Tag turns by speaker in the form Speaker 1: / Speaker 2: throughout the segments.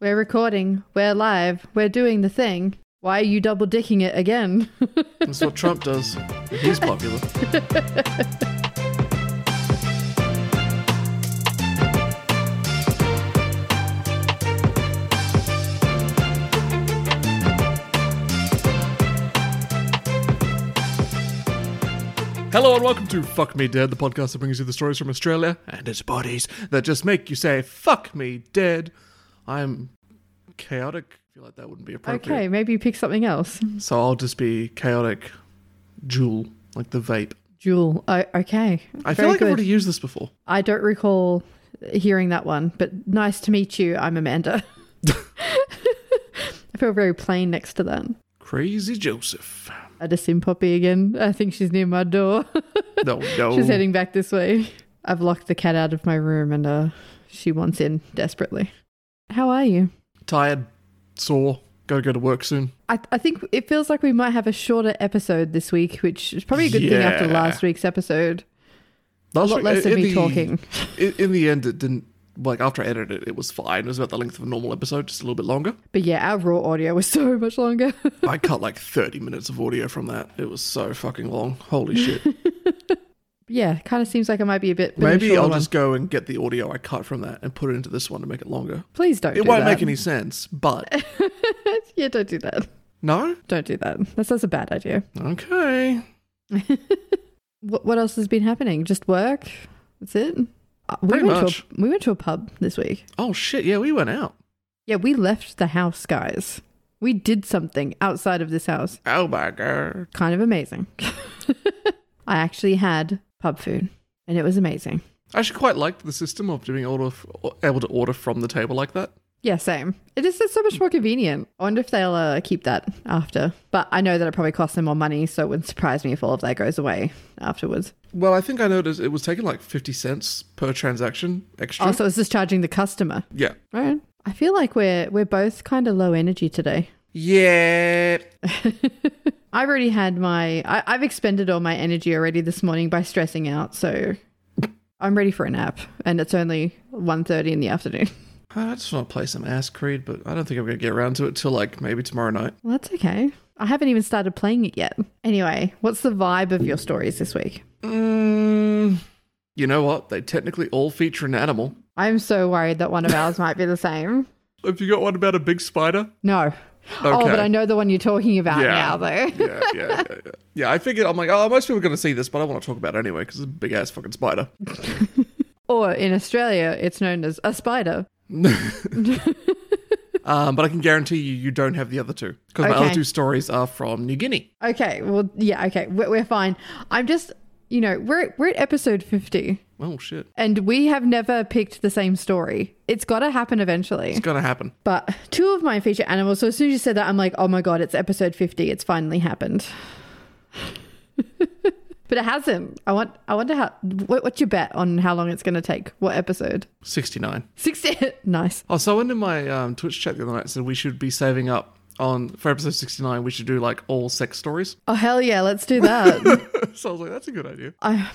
Speaker 1: We're recording. We're live. We're doing the thing. Why are you double dicking it again?
Speaker 2: That's what Trump does. He's popular. Hello and welcome to Fuck Me Dead, the podcast that brings you the stories from Australia and its bodies that just make you say "Fuck me dead." I'm chaotic. I feel like that wouldn't be appropriate.
Speaker 1: okay, maybe you pick something else.
Speaker 2: So I'll just be chaotic, jewel, like the vape.
Speaker 1: Jewel. Oh, okay.
Speaker 2: I
Speaker 1: Very
Speaker 2: feel like
Speaker 1: good.
Speaker 2: I've already used this before.
Speaker 1: I don't recall hearing that one, but nice to meet you. I'm Amanda. I feel very plain next to that.
Speaker 2: Crazy Joseph.
Speaker 1: I just seen Poppy again. I think she's near my door.
Speaker 2: No, no.
Speaker 1: she's heading back this way. I've locked the cat out of my room and uh, she wants in desperately. How are you?
Speaker 2: Tired, sore. Gotta go to work soon.
Speaker 1: I, I think it feels like we might have a shorter episode this week, which is probably a good thing after
Speaker 2: Yeah.
Speaker 1: last week's episode. a
Speaker 2: Last
Speaker 1: lot
Speaker 2: week-
Speaker 1: less of
Speaker 2: in
Speaker 1: me
Speaker 2: the-
Speaker 1: talking.
Speaker 2: In, in the end, it didn't. Like after I edited it, it was fine. It was about the length of a normal episode, just a little bit longer.
Speaker 1: But yeah, our raw audio was so much longer.
Speaker 2: I cut like 30 minutes of audio from that. It was so fucking long. Holy shit.
Speaker 1: yeah, kind of seems like it might be a bit. bit of a
Speaker 2: Maybe
Speaker 1: shorter
Speaker 2: I'll
Speaker 1: one.
Speaker 2: just go and get the audio I cut from that and put it into this one to make it longer.
Speaker 1: Please don't.
Speaker 2: It
Speaker 1: do
Speaker 2: won't
Speaker 1: that.
Speaker 2: make any sense, but
Speaker 1: yeah, don't do that.
Speaker 2: no?
Speaker 1: Don't do that. That's, that's a bad idea.
Speaker 2: Okay.
Speaker 1: What, what else has been happening? Just work. That's it. Uh, We
Speaker 2: Pretty
Speaker 1: went, to
Speaker 2: much.
Speaker 1: a, we went to a pub this week.
Speaker 2: Oh shit. Yeah, we went out.
Speaker 1: Yeah, we left the house, guys. We did something outside of this house.
Speaker 2: Oh my god.
Speaker 1: kind of amazing. I actually had pub food and it was amazing.
Speaker 2: I actually quite liked the system of doing order f- able to order from the table like that.
Speaker 1: Yeah, same. It is it's so much more convenient. I wonder if they'll uh, keep that after. But I know that it probably costs them more money, so it wouldn't surprise me if all of that goes away afterwards.
Speaker 2: Well, I think I noticed it was taking like 50 cents per transaction extra.
Speaker 1: Also, it's just charging the customer.
Speaker 2: yeah.
Speaker 1: All right. I feel like we're we're both kind of low energy today.
Speaker 2: Yeah.
Speaker 1: I've already had my I, I've expended all my energy already this morning by stressing out, so I'm ready for a nap. And it's only 1.30 in the afternoon.
Speaker 2: I just want to play some Ass Creed, but I don't think I'm going to get around to it till like maybe tomorrow night.
Speaker 1: Well, that's okay. I haven't even started playing it yet. Anyway, what's the vibe of your stories this week?
Speaker 2: Mm, you know what? They technically all feature an animal.
Speaker 1: I'm so worried that one of ours might be the same.
Speaker 2: Have you got one about a big spider?
Speaker 1: No. Oh,
Speaker 2: Okay.
Speaker 1: but I know the one you're talking about
Speaker 2: Yeah.
Speaker 1: now, though.
Speaker 2: Yeah, yeah, yeah, yeah. Yeah, I figured, I'm like, oh, most people are going to see this, but I want to talk about it anyway because it's a big ass fucking spider.
Speaker 1: Or in Australia, it's known as a spider.
Speaker 2: Um, but I can guarantee you, you don't have the other two because my
Speaker 1: Okay.
Speaker 2: other two stories are from New Guinea.
Speaker 1: Okay. Well, yeah. Okay. We're, we're fine. I'm just, you know, we're we're at episode 50,
Speaker 2: Oh, shit.
Speaker 1: and we have never picked the same story. It's got to happen eventually.
Speaker 2: It's going to happen.
Speaker 1: But two of my feature animals. So as soon as you said that, I'm like, oh my god, it's episode 50. It's finally happened. but it hasn't. I want. I wonder how. What, what's your bet on how long it's going to take? What episode?
Speaker 2: 69.
Speaker 1: 60. nice.
Speaker 2: Oh, someone in my um, Twitch chat the other night said we should be saving up on for episode 69, we should do like all sex stories.
Speaker 1: Oh hell yeah, let's do that.
Speaker 2: so I was like, that's a good idea.
Speaker 1: I,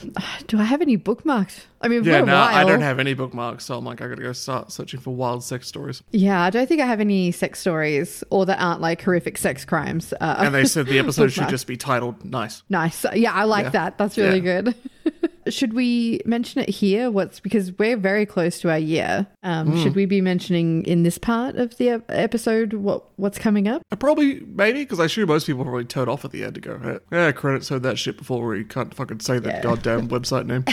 Speaker 1: do I have any bookmarked? I mean,
Speaker 2: Yeah,
Speaker 1: for a
Speaker 2: no,
Speaker 1: while.
Speaker 2: I don't have any bookmarks, so I'm like, I gotta go start searching for wild sex stories.
Speaker 1: Yeah, I don't think I have any sex stories or that aren't like horrific sex crimes. Uh,
Speaker 2: And they said the episode should
Speaker 1: Bookmark.
Speaker 2: just be titled "Nice."
Speaker 1: Nice. Yeah, I like
Speaker 2: Yeah.
Speaker 1: that. That's really good. should we mention it here? What's because we're very close to our year.
Speaker 2: Hmm.
Speaker 1: Um, Should we be mentioning in this part of the ep- episode what what's coming up?
Speaker 2: I probably, maybe, because I assume most people probably turn off at the end to go, "Eh, "Yeah, credits heard that shit before." We can't fucking say that
Speaker 1: Yeah.
Speaker 2: goddamn website name.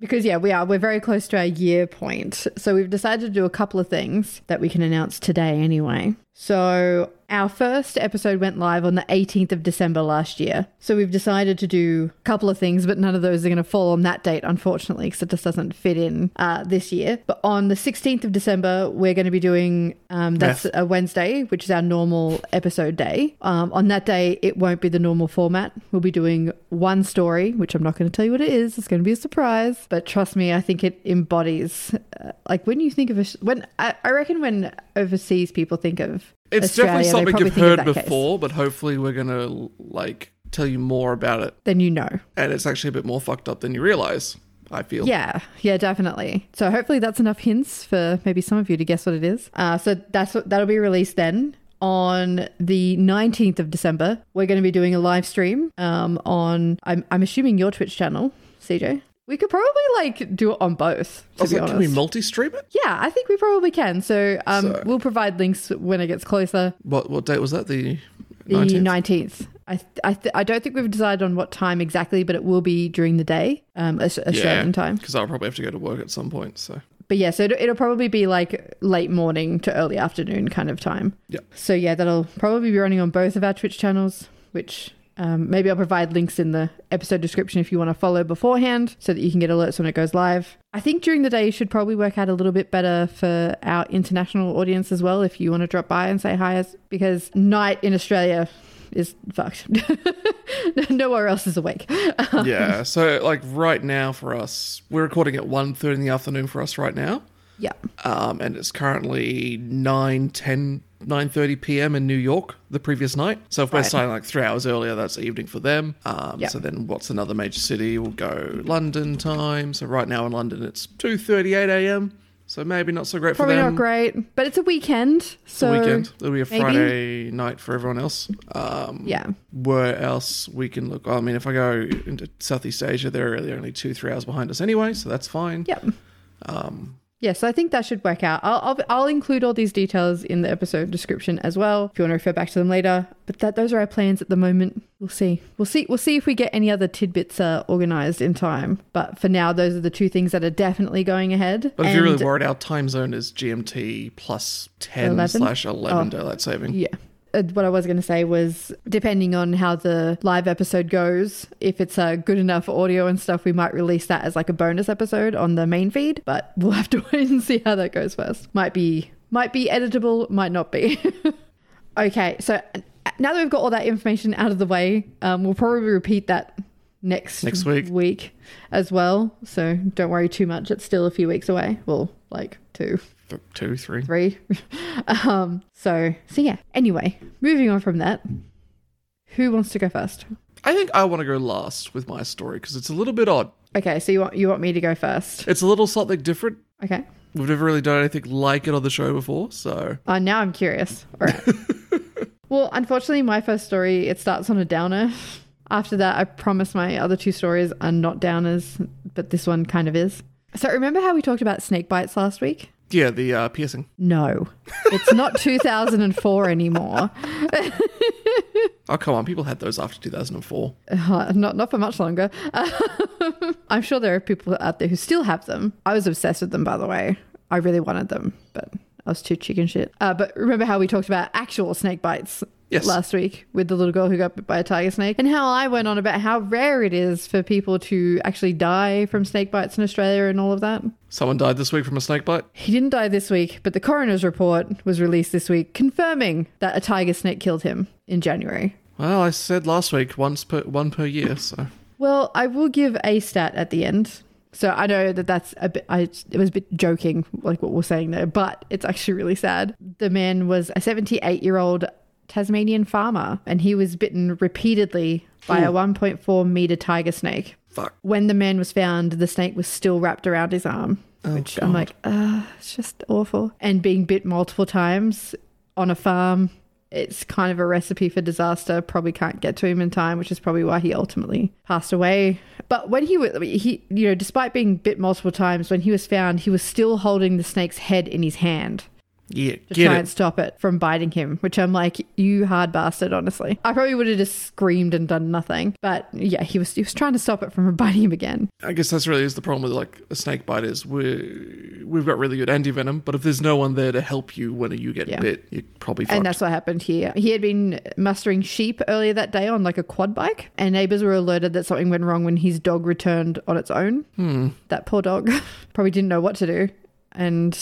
Speaker 1: Because yeah, we are. We're very close to our year point. So we've decided to do a couple of things that we can announce today anyway. So our first episode went live on the 18th of December last year. So we've decided to do a couple of things, but none of those are going to fall on that date, unfortunately, because it just doesn't fit in uh, this year. But on the 16th of December, we're going to be doing um, that's
Speaker 2: Meth.
Speaker 1: a Wednesday, which is our normal episode day. Um, on that day, it won't be the normal format. We'll be doing one story, which I'm not going to tell you what it is. It's going to be a surprise. But trust me, I think it embodies, uh, like when you think of a sh- when I, I reckon when overseas people think of
Speaker 2: It's
Speaker 1: Australia, they
Speaker 2: definitely something
Speaker 1: probably
Speaker 2: you've
Speaker 1: think of
Speaker 2: heard
Speaker 1: that case.
Speaker 2: before, but hopefully we're gonna like tell you more about it,
Speaker 1: then you know.
Speaker 2: and it's actually a bit more fucked up than you realize. I feel.
Speaker 1: Yeah, yeah, definitely. So hopefully that's enough hints for maybe some of you to guess what it is. Uh, so that's what, that'll be released then on the 19th of December. We're going to be doing a live stream um, on I'm I'm assuming your Twitch channel, CJ. We could probably like do it on both. To
Speaker 2: Also,
Speaker 1: be honest.
Speaker 2: can we multi stream it?
Speaker 1: yeah, I think we probably can. So, um,
Speaker 2: So-
Speaker 1: we'll provide links when it gets closer.
Speaker 2: What what date was that? The
Speaker 1: The
Speaker 2: 19th?
Speaker 1: 19th. I, th- I, th- I don't think we've decided on what time exactly, but it will be during the day, um, Aus- Australian time.
Speaker 2: Because I'll probably have to go to work at some point. So
Speaker 1: But yeah, so it'll, it'll probably be like late morning to early afternoon kind of time.
Speaker 2: Yep.
Speaker 1: So yeah, that'll probably be running on both of our Twitch channels, which um, maybe I'll provide links in the episode description if you want to follow beforehand so that you can get alerts when it goes live. I think during the day you should probably work out a little bit better for our international audience as well if you want to drop by and say hi, as, because night in Australia is fucked. Nowhere else is awake.
Speaker 2: yeah. So like right now for us, we're recording at 1.30 in the afternoon for us right now.
Speaker 1: yeah.
Speaker 2: Um, and it's currently 9, 10, 9.30 p.m. in New York the previous night. So if we're
Speaker 1: Right.
Speaker 2: starting like three hours earlier, that's evening for them. Um,
Speaker 1: Yeah.
Speaker 2: So then what's another major city? We'll go London time. So right now in London, it's 2.38 a.m. So maybe not so great
Speaker 1: Probably
Speaker 2: for them.
Speaker 1: not great, but it's a weekend. So
Speaker 2: weekend. It'll be a
Speaker 1: maybe.
Speaker 2: Friday night for everyone else. Um,
Speaker 1: yeah.
Speaker 2: where else we can look? I mean, if I go into Southeast Asia, they're really only two, three hours behind us anyway, so that's fine.
Speaker 1: Yep. Um, yeah, so I think that should work out. I'll, I'll, I'll include all these details in the episode description as well if you want to refer back to them later. But that those are our plans at the moment. We'll see. We'll see. We'll see if we get any other tidbits uh, organized in time. But for now, those are the two things that are definitely going ahead.
Speaker 2: But if you're really
Speaker 1: And-
Speaker 2: worried, our time zone is GMT plus 10
Speaker 1: 11?
Speaker 2: slash 11 daylight saving.
Speaker 1: Oh. Yeah. Uh, What I was going to say was, depending on how the live episode goes, if it's uh, good enough audio and stuff, we might release that as like a bonus episode on the main feed. But we'll have to wait and see how that goes first. Might be, might be editable, might not be. okay, so uh, now that we've got all that information out of the way, um, we'll probably repeat that next
Speaker 2: Next week.
Speaker 1: week as well. So don't worry too much; it's still a few weeks away. Well, like two
Speaker 2: Th- Two, three.
Speaker 1: three. um, so so yeah. Anyway, moving on from that. Who wants to go first?
Speaker 2: I think I want to go last with my story because it's a little bit odd.
Speaker 1: Okay, so you want you want me to go first?
Speaker 2: It's a little something different.
Speaker 1: Okay.
Speaker 2: We've never really done anything like it on the show before, so
Speaker 1: Uh, now I'm curious. All right. well, unfortunately, my first story it starts on a downer. After that, I promise my other two stories are not downers, but this one kind of is. So remember how we talked about snake bites last week?
Speaker 2: yeah, the uh, piercing.
Speaker 1: No, it's not 2004 anymore.
Speaker 2: Oh, come on. People had those after 2004.
Speaker 1: Uh, not not for much longer. I'm sure there are people out there who still have them. I was obsessed with them, by the way. I really wanted them, but I was too chicken shit. Uh, but remember how we talked about actual snake bites
Speaker 2: Yes.
Speaker 1: last week with the little girl who got bit by a tiger snake, and how I went on about how rare it is for people to actually die from snake bites in Australia and all of that.
Speaker 2: Someone died this week from a snake bite.
Speaker 1: He didn't die this week, but the coroner's report was released this week confirming that a tiger snake killed him in January.
Speaker 2: Well, I said last week, once per one per year, so
Speaker 1: Well, I will give a stat at the end. So I know that that's a bit, I, it was a bit joking, like what we're saying there, but it's actually really sad. The man was a 78 year old Tasmanian farmer, and he was bitten repeatedly by a 1.4 meter tiger snake.
Speaker 2: fuck.
Speaker 1: When the man was found, the snake was still wrapped around his arm, which
Speaker 2: Oh,
Speaker 1: I'm like, ah, it's just awful. And being bit multiple times on a farm, it's kind of a recipe for disaster. Probably can't get to him in time, which is probably why he ultimately passed away. But when he was, he, you know, despite being bit multiple times, when he was found, he was still holding the snake's head in his hand
Speaker 2: Yeah,
Speaker 1: to
Speaker 2: get
Speaker 1: try
Speaker 2: it.
Speaker 1: and stop it from biting him, which I'm like, you hard bastard, honestly. I probably would have just screamed and done nothing. But yeah, he was he was trying to stop it from biting him again.
Speaker 2: I guess that's really is the problem with like a snake bite is we we've got really good anti venom, but if there's no one there to help you when you get
Speaker 1: Yeah.
Speaker 2: bit, you're probably fucked.
Speaker 1: And that's what happened here. He had been mustering sheep earlier that day on like a quad bike, and neighbors were alerted that something went wrong when his dog returned on its own. That poor dog probably didn't know what to do. And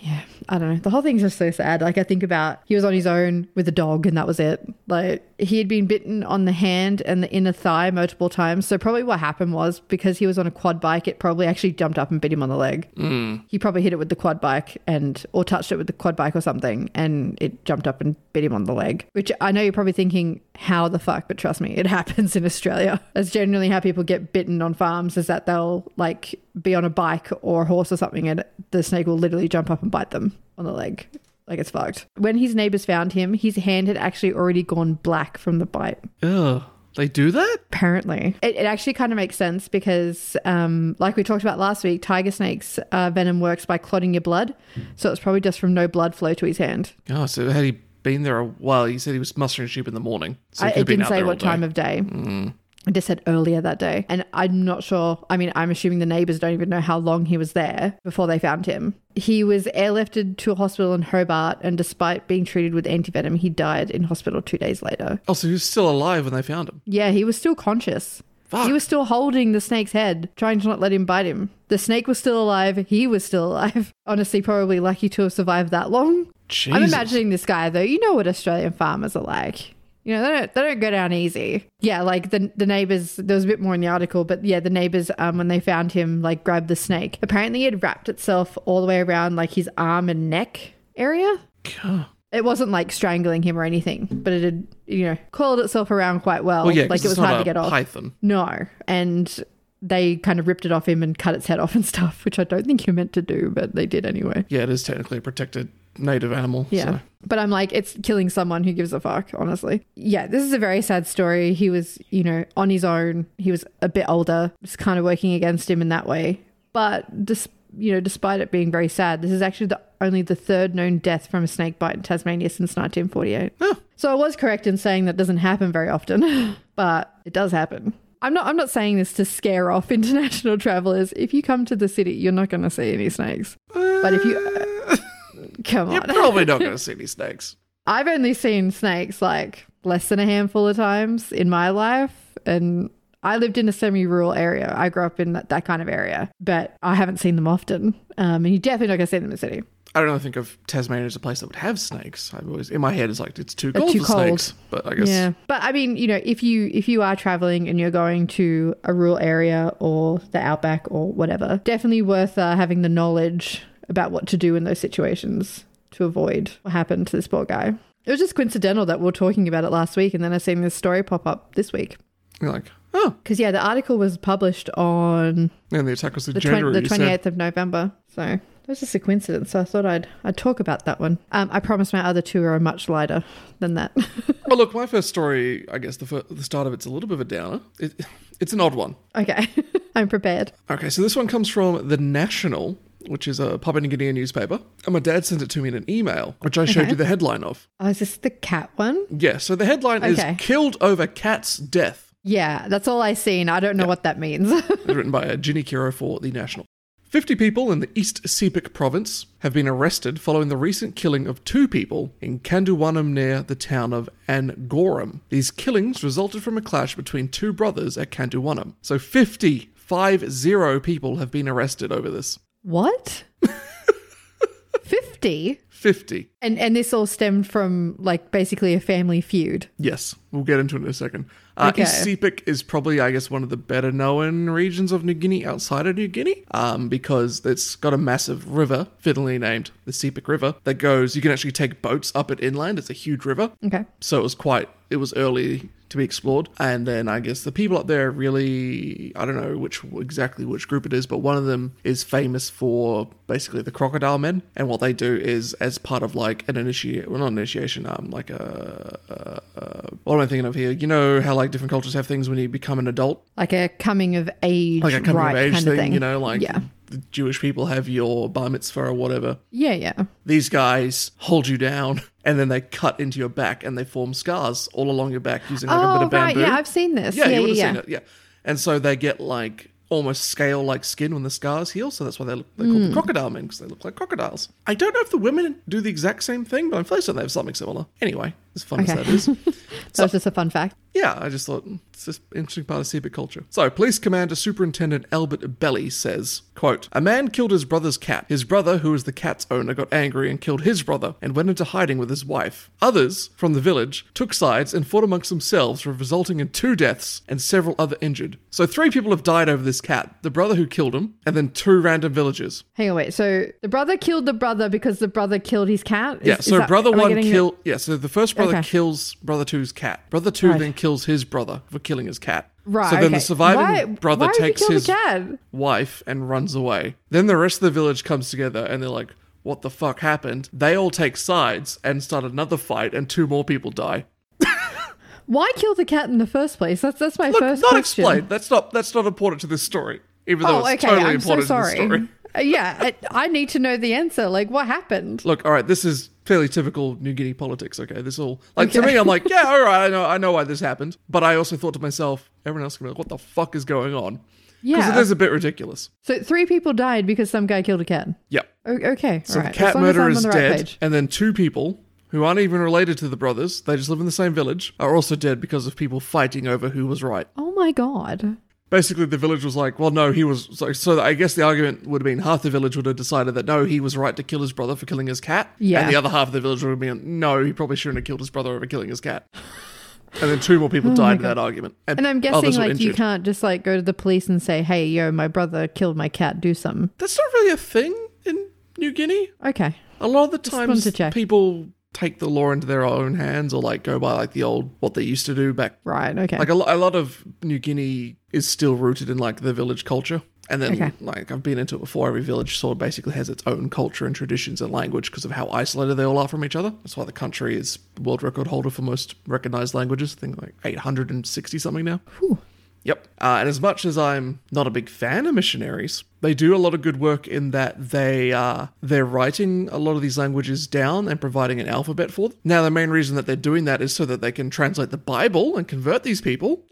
Speaker 1: yeah, I don't know. The whole thing's just so sad. Like I think about he was on his own with a dog and that was it. Like he had been bitten on the hand and the inner thigh multiple times. So probably what happened was because he was on a quad bike, it probably actually jumped up and bit him on the leg.
Speaker 2: Mm.
Speaker 1: He probably hit it with the quad bike and or touched it with the quad bike or something and it jumped up and bit him on the leg. Which I know you're probably thinking, how the fuck? But trust me, it happens in Australia. That's generally how people get bitten on farms is that they'll like be on a bike or a horse or something and the snake will literally jump up and bite them on the leg. Like it's fucked. When his neighbors found him, his hand had actually already gone black from the bite.
Speaker 2: Ugh. They do that?
Speaker 1: Apparently, it, it actually kind of makes sense because, um, like we talked about last week, tiger snakes' uh, venom works by clotting your blood. So it's probably just from no blood flow to his hand.
Speaker 2: Oh, so had he been there a while, he said he was mustering sheep in the morning. So
Speaker 1: I,
Speaker 2: he could
Speaker 1: it
Speaker 2: have been
Speaker 1: didn't
Speaker 2: out
Speaker 1: say
Speaker 2: there all
Speaker 1: what time
Speaker 2: day. Mm.
Speaker 1: of day. It just said earlier that day. And I'm not sure. I mean, I'm assuming the neighbors don't even know how long he was there before they found him. He was airlifted to a hospital in Hobart, and despite being treated with antivenom, he died in hospital two days later.
Speaker 2: Oh, so he was still alive when they found him.
Speaker 1: Yeah, he was still conscious.
Speaker 2: Fuck.
Speaker 1: He was still holding the snake's head, trying to not let him bite him. The snake was still alive. He was still alive. Honestly, probably lucky to have survived that long.
Speaker 2: Jesus.
Speaker 1: I'm imagining this guy though. You know what Australian farmers are like. You know, they don't, they don't go down easy. Yeah, like the the neighbors. There was a bit more in the article, but yeah, the neighbors um when they found him, like grabbed the snake. Apparently, it had wrapped itself all the way around like his arm and neck area.
Speaker 2: God.
Speaker 1: It wasn't like strangling him or anything, but it had you know coiled itself around quite well.
Speaker 2: Well, yeah, 'cause
Speaker 1: like it
Speaker 2: it's
Speaker 1: was
Speaker 2: not
Speaker 1: hard
Speaker 2: a
Speaker 1: to get off.
Speaker 2: Python.
Speaker 1: No, and they kind of ripped it off him and cut its head off and stuff, which I don't think you're meant to do, but they did anyway.
Speaker 2: Yeah, it is technically a protected native animal.
Speaker 1: Yeah.
Speaker 2: so-
Speaker 1: But I'm like, it's killing someone who gives a fuck, honestly. Yeah, this is a very sad story. He was, you know, on his own. He was a bit older. It's kind of working against him in that way. But, dis- you know, despite it being very sad, this is actually the only the third known death from a snake bite in Tasmania since 1948.
Speaker 2: Huh.
Speaker 1: So I was correct in saying that doesn't happen very often, but it does happen. I'm not I'm not saying this to scare off international travelers. If you come to the city, you're not going to see any snakes. But if you come on.
Speaker 2: Uh, You're probably not going to see any snakes.
Speaker 1: I've only seen snakes like less than a handful of times in my life. And I lived in a semi rural area. I grew up in that, that kind of area, but I haven't seen them often. Um, and you're definitely not going to see them in the city.
Speaker 2: I don't know, I think of Tasmania as a place that would have snakes. I've always, in my head, it's like, it's too
Speaker 1: They're
Speaker 2: cold
Speaker 1: too
Speaker 2: for
Speaker 1: cold.
Speaker 2: snakes. But I guess,
Speaker 1: Yeah. But I mean, you know, if you if you are traveling and you're going to a rural area or the outback or whatever, definitely worth uh, having the knowledge about what to do in those situations to avoid what happened to this poor guy. It was just coincidental that we were talking about it last week, and then I've seen this story pop up this week.
Speaker 2: you're like, oh.
Speaker 1: Because yeah, the article was published on
Speaker 2: And the attack was in
Speaker 1: the, twen-
Speaker 2: January.
Speaker 1: the
Speaker 2: you
Speaker 1: 28th
Speaker 2: said.
Speaker 1: of November. So it was just a coincidence. So I thought I'd I'd talk about that one. Um, I promise my other two are much lighter than that.
Speaker 2: Well, Oh, look, my first story, I guess the, fir- the start of it's a little bit of a downer. It, it's an odd one.
Speaker 1: okay, I'm prepared.
Speaker 2: Okay, so this one comes from The National, which is a Papua New Guinea newspaper. And my dad sent it to me in an email, which I showed
Speaker 1: Okay.
Speaker 2: you the headline of.
Speaker 1: Oh, is this the cat one?
Speaker 2: Yeah, so the headline
Speaker 1: Okay.
Speaker 2: is Killed Over Cat's Death.
Speaker 1: Yeah, that's all I seen. I don't know what that means.
Speaker 2: written by uh, Ginny Kiro for The National. 50 people in the East Sepik province have been arrested following the recent killing of two people in Kanduwanam near the town of Angoram. These killings resulted from a clash between two brothers at Kanduwanam. So 50, 50 people have been arrested over this.
Speaker 1: what? Fifty.
Speaker 2: 50.
Speaker 1: And and this all stemmed from like basically a family feud.
Speaker 2: Yes, we'll get into it in a second. Uh,
Speaker 1: Okay.
Speaker 2: East Sepik is probably, I guess, one of the better known regions of New Guinea outside of New Guinea um, because it's got a massive river, fittingly named the Sepik River, that goes, you can actually take boats up it inland. It's a huge river.
Speaker 1: Okay.
Speaker 2: So it was quite, it was early to be explored. And then I guess the people up there really, I don't know which exactly which group it is, but one of them is famous for basically the crocodile men. And what they do is, as part of like an initiate, well, not initiation, um, like a, uh, uh, what am I thinking of here? You know how like different cultures have things when you become an adult?
Speaker 1: Like a coming of age,
Speaker 2: Like a coming
Speaker 1: right
Speaker 2: of age
Speaker 1: kind
Speaker 2: thing,
Speaker 1: of thing.
Speaker 2: you know, like
Speaker 1: yeah,
Speaker 2: the Jewish people have your bar mitzvah or whatever
Speaker 1: yeah, yeah.
Speaker 2: these guys hold you down and then they cut into your back and they form scars all along your back using like a bit
Speaker 1: Oh
Speaker 2: of
Speaker 1: right,
Speaker 2: bamboo.
Speaker 1: yeah, I've seen this.
Speaker 2: yeah,
Speaker 1: Yeah, yeah,
Speaker 2: you would have
Speaker 1: yeah.
Speaker 2: seen it. Yeah. And so they get like almost scale like skin when the scars heal. So that's why they look, they're
Speaker 1: Hmm.
Speaker 2: called the crocodile men because they look like crocodiles. I don't know if the women do the exact same thing, but I'm fairly certain they have something similar. Anyway, As fun as
Speaker 1: Okay.
Speaker 2: that is.
Speaker 1: That
Speaker 2: So-
Speaker 1: was just a fun fact.
Speaker 2: Yeah, I just thought mm, it's just an interesting part of Seabit culture. So, Police Commander Superintendent Albert Belly says, quote, A man killed his brother's cat. His brother, who was the cat's owner, got angry and killed his brother and went into hiding with his wife. Others, from the village, took sides and fought amongst themselves, resulting in two deaths and several other injured. So, three people have died over this cat. The brother who killed him, and then two random villagers.
Speaker 1: Hang on, wait. So the brother killed the brother because the brother killed his cat. Is-
Speaker 2: Yeah,
Speaker 1: is
Speaker 2: so
Speaker 1: that-
Speaker 2: brother
Speaker 1: am I
Speaker 2: one
Speaker 1: getting it?
Speaker 2: kill. Yeah, so the first brother
Speaker 1: Okay.
Speaker 2: kills brother two's cat. Brother two
Speaker 1: Right.
Speaker 2: then kills his brother for killing his cat.
Speaker 1: Right.
Speaker 2: So then
Speaker 1: okay.
Speaker 2: the surviving
Speaker 1: Why-
Speaker 2: brother
Speaker 1: why would you
Speaker 2: takes
Speaker 1: kill the
Speaker 2: his
Speaker 1: cat?
Speaker 2: wife and runs away. Then the rest of the village comes together and they're like, "What the fuck happened?" They all take sides and start another fight, and two more people die.
Speaker 1: Why kill the cat in the first place? That's that's my
Speaker 2: Look,
Speaker 1: first
Speaker 2: not
Speaker 1: question.
Speaker 2: explained. That's not that's not important to this story, even though
Speaker 1: Oh,
Speaker 2: it's
Speaker 1: okay.
Speaker 2: totally
Speaker 1: I'm so
Speaker 2: important to the
Speaker 1: sorry.
Speaker 2: story.
Speaker 1: Uh, yeah, I, I need to know the answer. Like, what happened?
Speaker 2: Look, all right, this is fairly typical New Guinea politics. Okay, this all like to
Speaker 1: Okay.
Speaker 2: me, I'm like, yeah, all right, I know, I know why this happened, but I also thought to myself, everyone else can be like, what the fuck is going on? Because
Speaker 1: Yeah.
Speaker 2: it is a bit ridiculous.
Speaker 1: So three people died because some guy killed a cat.
Speaker 2: Yeah.
Speaker 1: O- okay,
Speaker 2: So
Speaker 1: all right.
Speaker 2: the cat
Speaker 1: as long as I'm
Speaker 2: murderer
Speaker 1: on
Speaker 2: is
Speaker 1: the right
Speaker 2: dead,
Speaker 1: page.
Speaker 2: and then two people who aren't even related to the brothers, they just live in the same village, are also dead because of people fighting over who was right.
Speaker 1: Oh my god.
Speaker 2: Basically, the village was like, well, no, he was. So, so I guess the argument would have been half the village would have decided that no, he was right to kill his brother for killing his cat.
Speaker 1: Yeah.
Speaker 2: And the other half of the village would have been, no, he probably shouldn't have killed his brother over killing his cat. And then two more people died in that argument.
Speaker 1: Oh And I'm guessing
Speaker 2: others were
Speaker 1: like you
Speaker 2: injured.
Speaker 1: can't just like go to the police and say, "Hey, yo, my brother killed my cat. Do something."
Speaker 2: That's not really a thing in New Guinea.
Speaker 1: Okay.
Speaker 2: A lot of the
Speaker 1: wanted
Speaker 2: times,
Speaker 1: to check.
Speaker 2: people take the law into their own hands or like go by like the old what they used to do back.
Speaker 1: Right. Okay.
Speaker 2: Like a, lo- a lot of New Guinea is still rooted in like the village culture. And then,
Speaker 1: Okay.
Speaker 2: like, I've been into it before. Every village sort of basically has its own culture and traditions and language because of how isolated they all are from each other. That's why the country is world record holder for most recognized languages. I think like 860 something now. Yep. Uh, and as much as I'm not a big fan of missionaries, they do a lot of good work in that they uh, they're writing a lot of these languages down and providing an alphabet for them. Now, the main reason that they're doing that is so that they can translate the Bible and convert these people.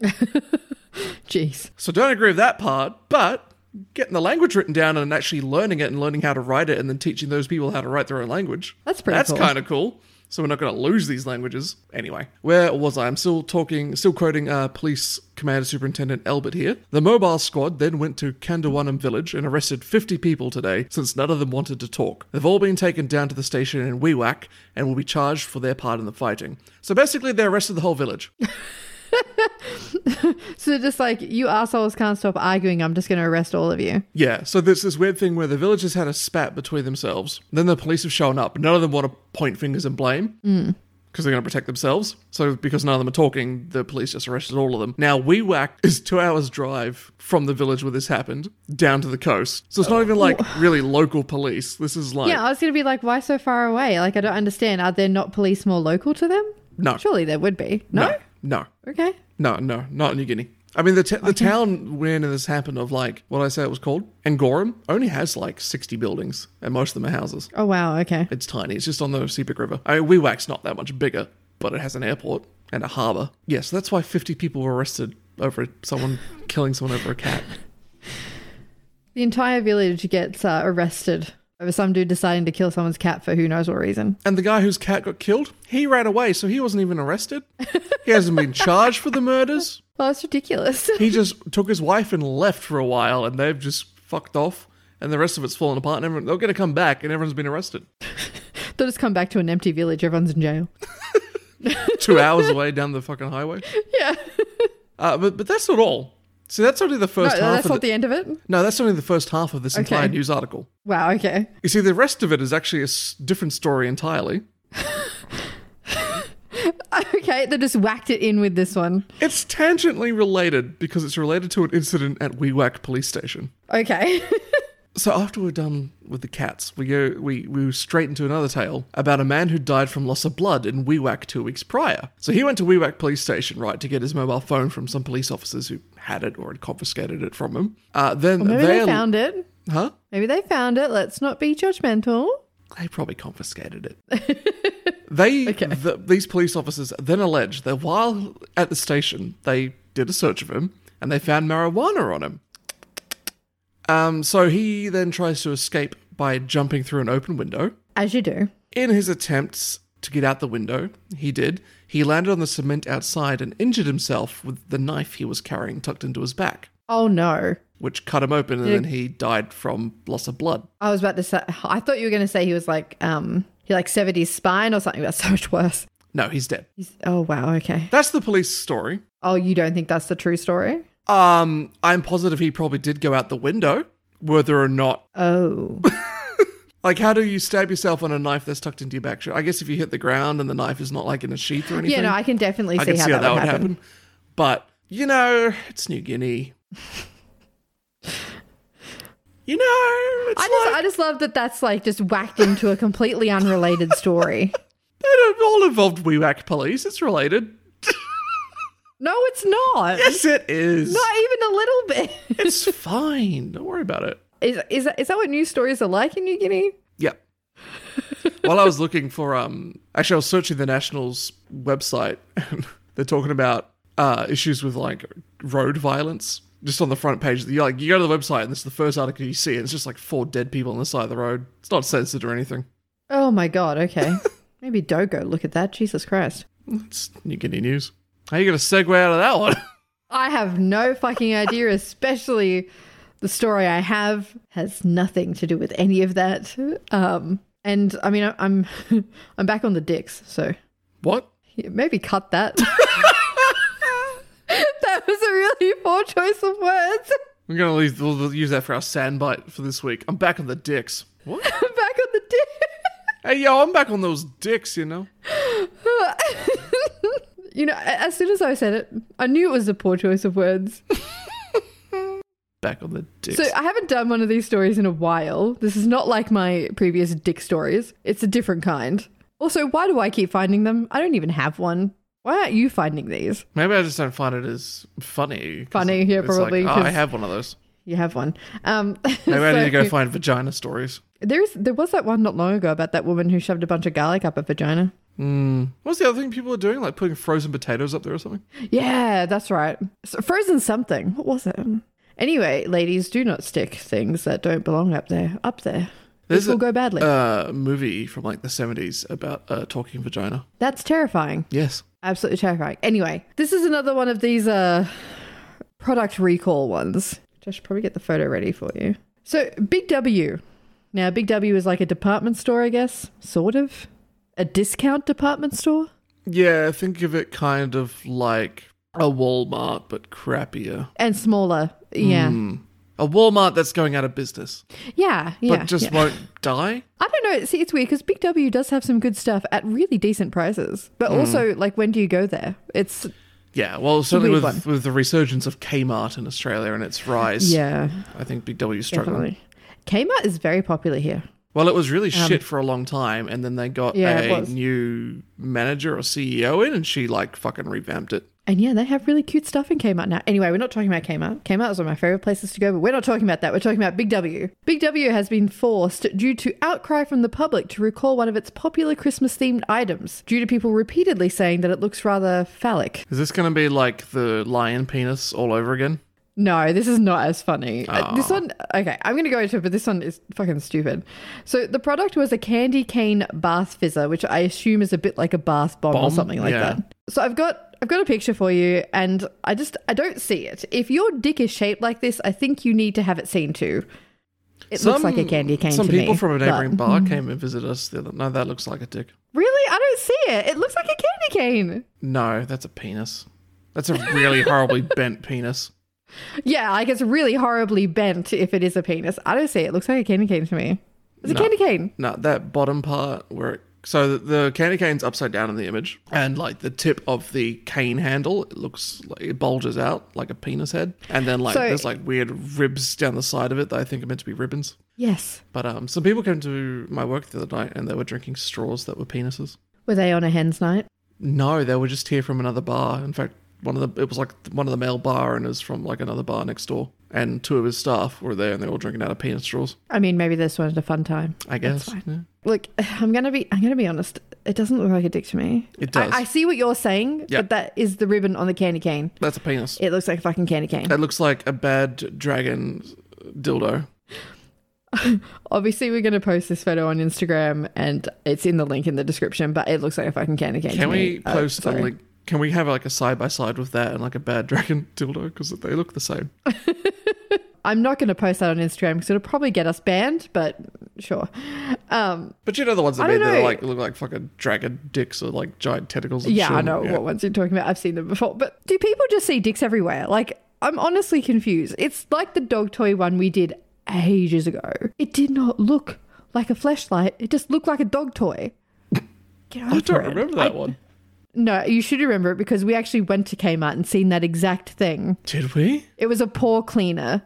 Speaker 1: Jeez.
Speaker 2: so don't agree with that part, but getting the language written down and actually learning it and learning how to write it and then teaching those people how to write their own language.
Speaker 1: That's pretty
Speaker 2: That's
Speaker 1: cool.
Speaker 2: kind of cool. So we're not going to lose these languages anyway. Where was I? I'm still talking, still quoting uh, Police Commander Superintendent Elbert here. The mobile squad then went to Kandawanam village and arrested 50 people today, since none of them wanted to talk. They've all been taken down to the station in Weewak and will be charged for their part in the fighting. So basically, they arrested the whole village.
Speaker 1: So just like you assholes can't stop arguing, I'm just going to arrest all of you.
Speaker 2: Yeah, so there's this weird thing where the villagers had a spat between themselves. Then the police have shown up. None of them want to point fingers and blame because
Speaker 1: Mm.
Speaker 2: they're going to protect themselves. So because none of them are talking, the police just arrested all of them. Now Weewak is two hours drive from the village where this happened down to the coast. So it's not even like really local police. This is like
Speaker 1: Oh. Yeah, I was going to be like, why so far away? Like, I don't understand. Are there not police more local to them?
Speaker 2: no,
Speaker 1: Surely there would be. No?
Speaker 2: no, no,
Speaker 1: Okay.
Speaker 2: no, no, not New Guinea. I mean, the, t- the town when this happened of like what I say it was called Angorum only has like 60 buildings and most of them are houses.
Speaker 1: Oh, wow. Okay.
Speaker 2: It's tiny. It's just on the Sepik River. I mean, Weewak's not that much bigger, but it has an airport and a harbour. Yes, that's why 50 people were arrested over someone killing someone over a cat.
Speaker 1: The entire village gets uh, arrested over some dude deciding to kill someone's cat for who knows what reason.
Speaker 2: And the guy whose cat got killed, he ran away, so he wasn't even arrested. He hasn't been charged for the murders.
Speaker 1: Well, it's ridiculous.
Speaker 2: He just took his wife and left for a while, and they've just fucked off. And the rest of it's fallen apart, and everyone, they're going to come back, and everyone's been arrested.
Speaker 1: They'll just come back to an empty village. Everyone's in jail.
Speaker 2: Two hours away down the fucking highway.
Speaker 1: Yeah.
Speaker 2: Uh, but, but that's not all. So that's only
Speaker 1: No,
Speaker 2: the first half
Speaker 1: that's
Speaker 2: of
Speaker 1: not
Speaker 2: the,
Speaker 1: the end of it.
Speaker 2: No, that's only the first half of this entire
Speaker 1: Okay.
Speaker 2: news article.
Speaker 1: Wow. Okay.
Speaker 2: You see, the rest of it is actually a s- different story entirely.
Speaker 1: Okay. They just whacked it in with this one.
Speaker 2: It's tangentially related because it's related to an incident at Weewak police station.
Speaker 1: Okay.
Speaker 2: So after we're done with the cats, we go we we straight into another tale about a man who died from loss of blood in Weewak two weeks prior. So he went to Weewak police station right to get his mobile phone from some police officers who had it or had confiscated it from him. Uh, then
Speaker 1: Maybe
Speaker 2: they
Speaker 1: they found it.
Speaker 2: huh?
Speaker 1: Maybe they found it. Let's not be judgmental.
Speaker 2: They probably confiscated it. they, the, these police officers then allege that while at the station, they did a search of him and they found marijuana on him. Um, so he then tries to escape by jumping through an open window.
Speaker 1: As you do.
Speaker 2: In his attempts, to get out the window. He did. He landed on the cement outside and injured himself with the knife he was carrying tucked into his back,
Speaker 1: Oh no.
Speaker 2: which cut him open and
Speaker 1: Yeah.
Speaker 2: then he died from loss of blood.
Speaker 1: I was about to say I thought you were gonna say he was like um he like severed his spine or something. That's so much worse.
Speaker 2: No, he's dead.
Speaker 1: He's oh wow, okay.
Speaker 2: That's the police story.
Speaker 1: Oh, you don't think that's the true story?
Speaker 2: Um, I'm positive he probably did go out the window, whether or not.
Speaker 1: Oh.
Speaker 2: Like, how do you stab yourself on a knife that's tucked into your back? Sure, I guess if you hit the ground and the knife is not like in a sheath or anything.
Speaker 1: yeah, no, I can definitely
Speaker 2: I
Speaker 1: see,
Speaker 2: can
Speaker 1: how, that would happen.
Speaker 2: But, you know, it's New Guinea. you know, it's
Speaker 1: I just,
Speaker 2: like
Speaker 1: I just love that that's like just whacked into a completely unrelated story.
Speaker 2: they're all involved WEWAC police. It's related.
Speaker 1: No, it's not.
Speaker 2: Yes, it is.
Speaker 1: Not even a little bit.
Speaker 2: It's fine. Don't worry about it.
Speaker 1: Is, is, that- is that what news stories are like in New Guinea?
Speaker 2: Yeah. While I was looking for um actually I was searching the Nationals website and they're talking about uh issues with like road violence. Just on the front page, you like you go to the website and this is the first article you see, and it's just like four dead people on the side of the road. It's not censored or anything.
Speaker 1: Oh my God, okay. Maybe don't go look at that. Jesus Christ.
Speaker 2: It's New Guinea news. How you gonna segue out of that one?
Speaker 1: I have no fucking idea, especially the story I have has nothing to do with any of that. Um, and I mean, I- I'm I'm back on the dicks, so
Speaker 2: What?
Speaker 1: yeah, maybe cut that. that was a really poor choice of words.
Speaker 2: We're gonna leave, we'll, we'll use that for our soundbite for this week. I'm back on the dicks. What?
Speaker 1: back on the dick.
Speaker 2: hey yo, I'm back on those dicks. You know.
Speaker 1: You know, a- as soon as I said it, I knew it was a poor choice of words.
Speaker 2: Back on the dicks.
Speaker 1: So I haven't done one of these stories in a while. This is not like my previous dick stories. It's a different kind. Also, why do I keep finding them? I don't even have one. Why aren't you finding these?
Speaker 2: Maybe I just don't find it as funny. 'cause
Speaker 1: Funny, yeah,
Speaker 2: it's like,
Speaker 1: probably,
Speaker 2: "Oh,
Speaker 1: 'cause-
Speaker 2: I have one of those.
Speaker 1: You have one. Um,
Speaker 2: Maybe I need to go
Speaker 1: so
Speaker 2: find vagina stories.
Speaker 1: there is there was that one not long ago about that woman who shoved a bunch of garlic up her vagina.
Speaker 2: Hmm. What's the other thing people are doing? Like putting frozen potatoes up there or something?
Speaker 1: Yeah, that's right. So frozen something. What was it? Anyway, ladies, do not stick things that don't belong up there. Up there,
Speaker 2: There's
Speaker 1: this will
Speaker 2: a-
Speaker 1: go badly.
Speaker 2: Uh, movie from like the 70s about a talking vagina.
Speaker 1: that's terrifying.
Speaker 2: Yes.
Speaker 1: Absolutely terrifying. Anyway, this is another one of these uh product recall ones. I should probably get the photo ready for you. So Big W. Now Big W is like a department store, I guess, sort of. A discount department store?
Speaker 2: Yeah, think of it kind of like a Walmart, but crappier.
Speaker 1: And smaller. Yeah.
Speaker 2: A Walmart that's going out of business,
Speaker 1: Yeah. Yeah.
Speaker 2: Hmm. but just
Speaker 1: yeah.
Speaker 2: won't die.
Speaker 1: I don't know. See, it's weird because Big W does have some good stuff at really decent prices. But
Speaker 2: Hmm.
Speaker 1: also, like, when do you go there? It's,
Speaker 2: Yeah, well, certainly
Speaker 1: weird
Speaker 2: with,
Speaker 1: one.
Speaker 2: with the resurgence of Kmart in Australia and its rise,
Speaker 1: yeah,
Speaker 2: I think Big W's struggling.
Speaker 1: definitely. Kmart is very popular here.
Speaker 2: Well, it was really shit for a long time, and then they got
Speaker 1: Um, Yeah, it
Speaker 2: a
Speaker 1: was.
Speaker 2: new manager or CEO in, and she like fucking revamped it.
Speaker 1: And yeah, they have really cute stuff in Kmart now. Anyway, we're not talking about Kmart. Kmart is one of my favorite places to go, but we're not talking about that. We're talking about Big W. Big W has been forced, due to outcry from the public, to recall one of its popular Christmas themed items, due to people repeatedly saying that it looks rather phallic.
Speaker 2: Is this going to be like the lion penis all over again?
Speaker 1: No, this is not as funny. Uh, This one, okay, I'm going to go into it, but this one is fucking stupid. So the product was a candy cane bath fizzer, which I assume is a bit like a bath bomb, or
Speaker 2: Bomb?
Speaker 1: something like
Speaker 2: Yeah.
Speaker 1: that. So I've got I've got a picture for you, and I just I don't see it. If your dick is shaped like this, I think you need to have it seen to. It looks like a candy cane.
Speaker 2: Some
Speaker 1: to
Speaker 2: people
Speaker 1: me,
Speaker 2: from a
Speaker 1: but- mm-hmm.
Speaker 2: neighboring bar came and visited us. The other, no, that looks like a dick.
Speaker 1: Really, I don't see it. It looks like a candy cane.
Speaker 2: No, that's a penis. That's a really horribly bent penis.
Speaker 1: Yeah, like it's really horribly bent. If it is a penis, I don't see it. It looks like a candy cane to me. It's a
Speaker 2: No.
Speaker 1: candy cane.
Speaker 2: No, that bottom part where it, so the, the candy cane's upside down in the image, and like the tip of the cane handle, it looks like it bulges out like a penis head, and then like
Speaker 1: So-
Speaker 2: there's like weird ribs down the side of it that I think are meant to be ribbons.
Speaker 1: Yes. But
Speaker 2: But um, some people came to my work the other night and they were drinking straws that were penises.
Speaker 1: were they on a hen's night?
Speaker 2: No, they were just here from another bar. In fact, one of the it was like one of the male bar and it was from like another bar next door. And two of his staff were there and they were all drinking out of penis straws.
Speaker 1: I mean, maybe this one had a fun time.
Speaker 2: I guess. Yeah.
Speaker 1: Look, I'm gonna be, I'm gonna be honest. It doesn't look like a dick to me.
Speaker 2: It does.
Speaker 1: I, I see what you're saying,
Speaker 2: Yeah.
Speaker 1: but that is the ribbon on the candy cane.
Speaker 2: That's a penis.
Speaker 1: It looks like a fucking candy cane.
Speaker 2: It looks like a bad dragon dildo.
Speaker 1: Obviously, we're going to post this photo on Instagram, and it's in the link in the description. But it looks like a fucking candy cane. to
Speaker 2: Can
Speaker 1: me.
Speaker 2: we
Speaker 1: Oh,
Speaker 2: post a
Speaker 1: sorry.
Speaker 2: link? Can we have like a side by side with that and like a bad dragon dildo because they look the same?
Speaker 1: I'm not going to post that on Instagram because it'll probably get us banned. But sure. Um,
Speaker 2: But you know the ones that
Speaker 1: I don't
Speaker 2: made that are
Speaker 1: know.
Speaker 2: like look like fucking dragon dicks or like giant tentacles. And
Speaker 1: Yeah,
Speaker 2: shit.
Speaker 1: I know what ones you're talking about. I've seen them before. But do people just see dicks everywhere? Like, I'm honestly confused. It's like the dog toy one we did ages ago. It did not look like a flashlight. It just looked like a dog toy. Get
Speaker 2: I
Speaker 1: over
Speaker 2: don't
Speaker 1: it.
Speaker 2: remember that one.
Speaker 1: No, you should remember it because we actually went to Kmart and seen that exact thing.
Speaker 2: Did we?
Speaker 1: It was a paw cleaner.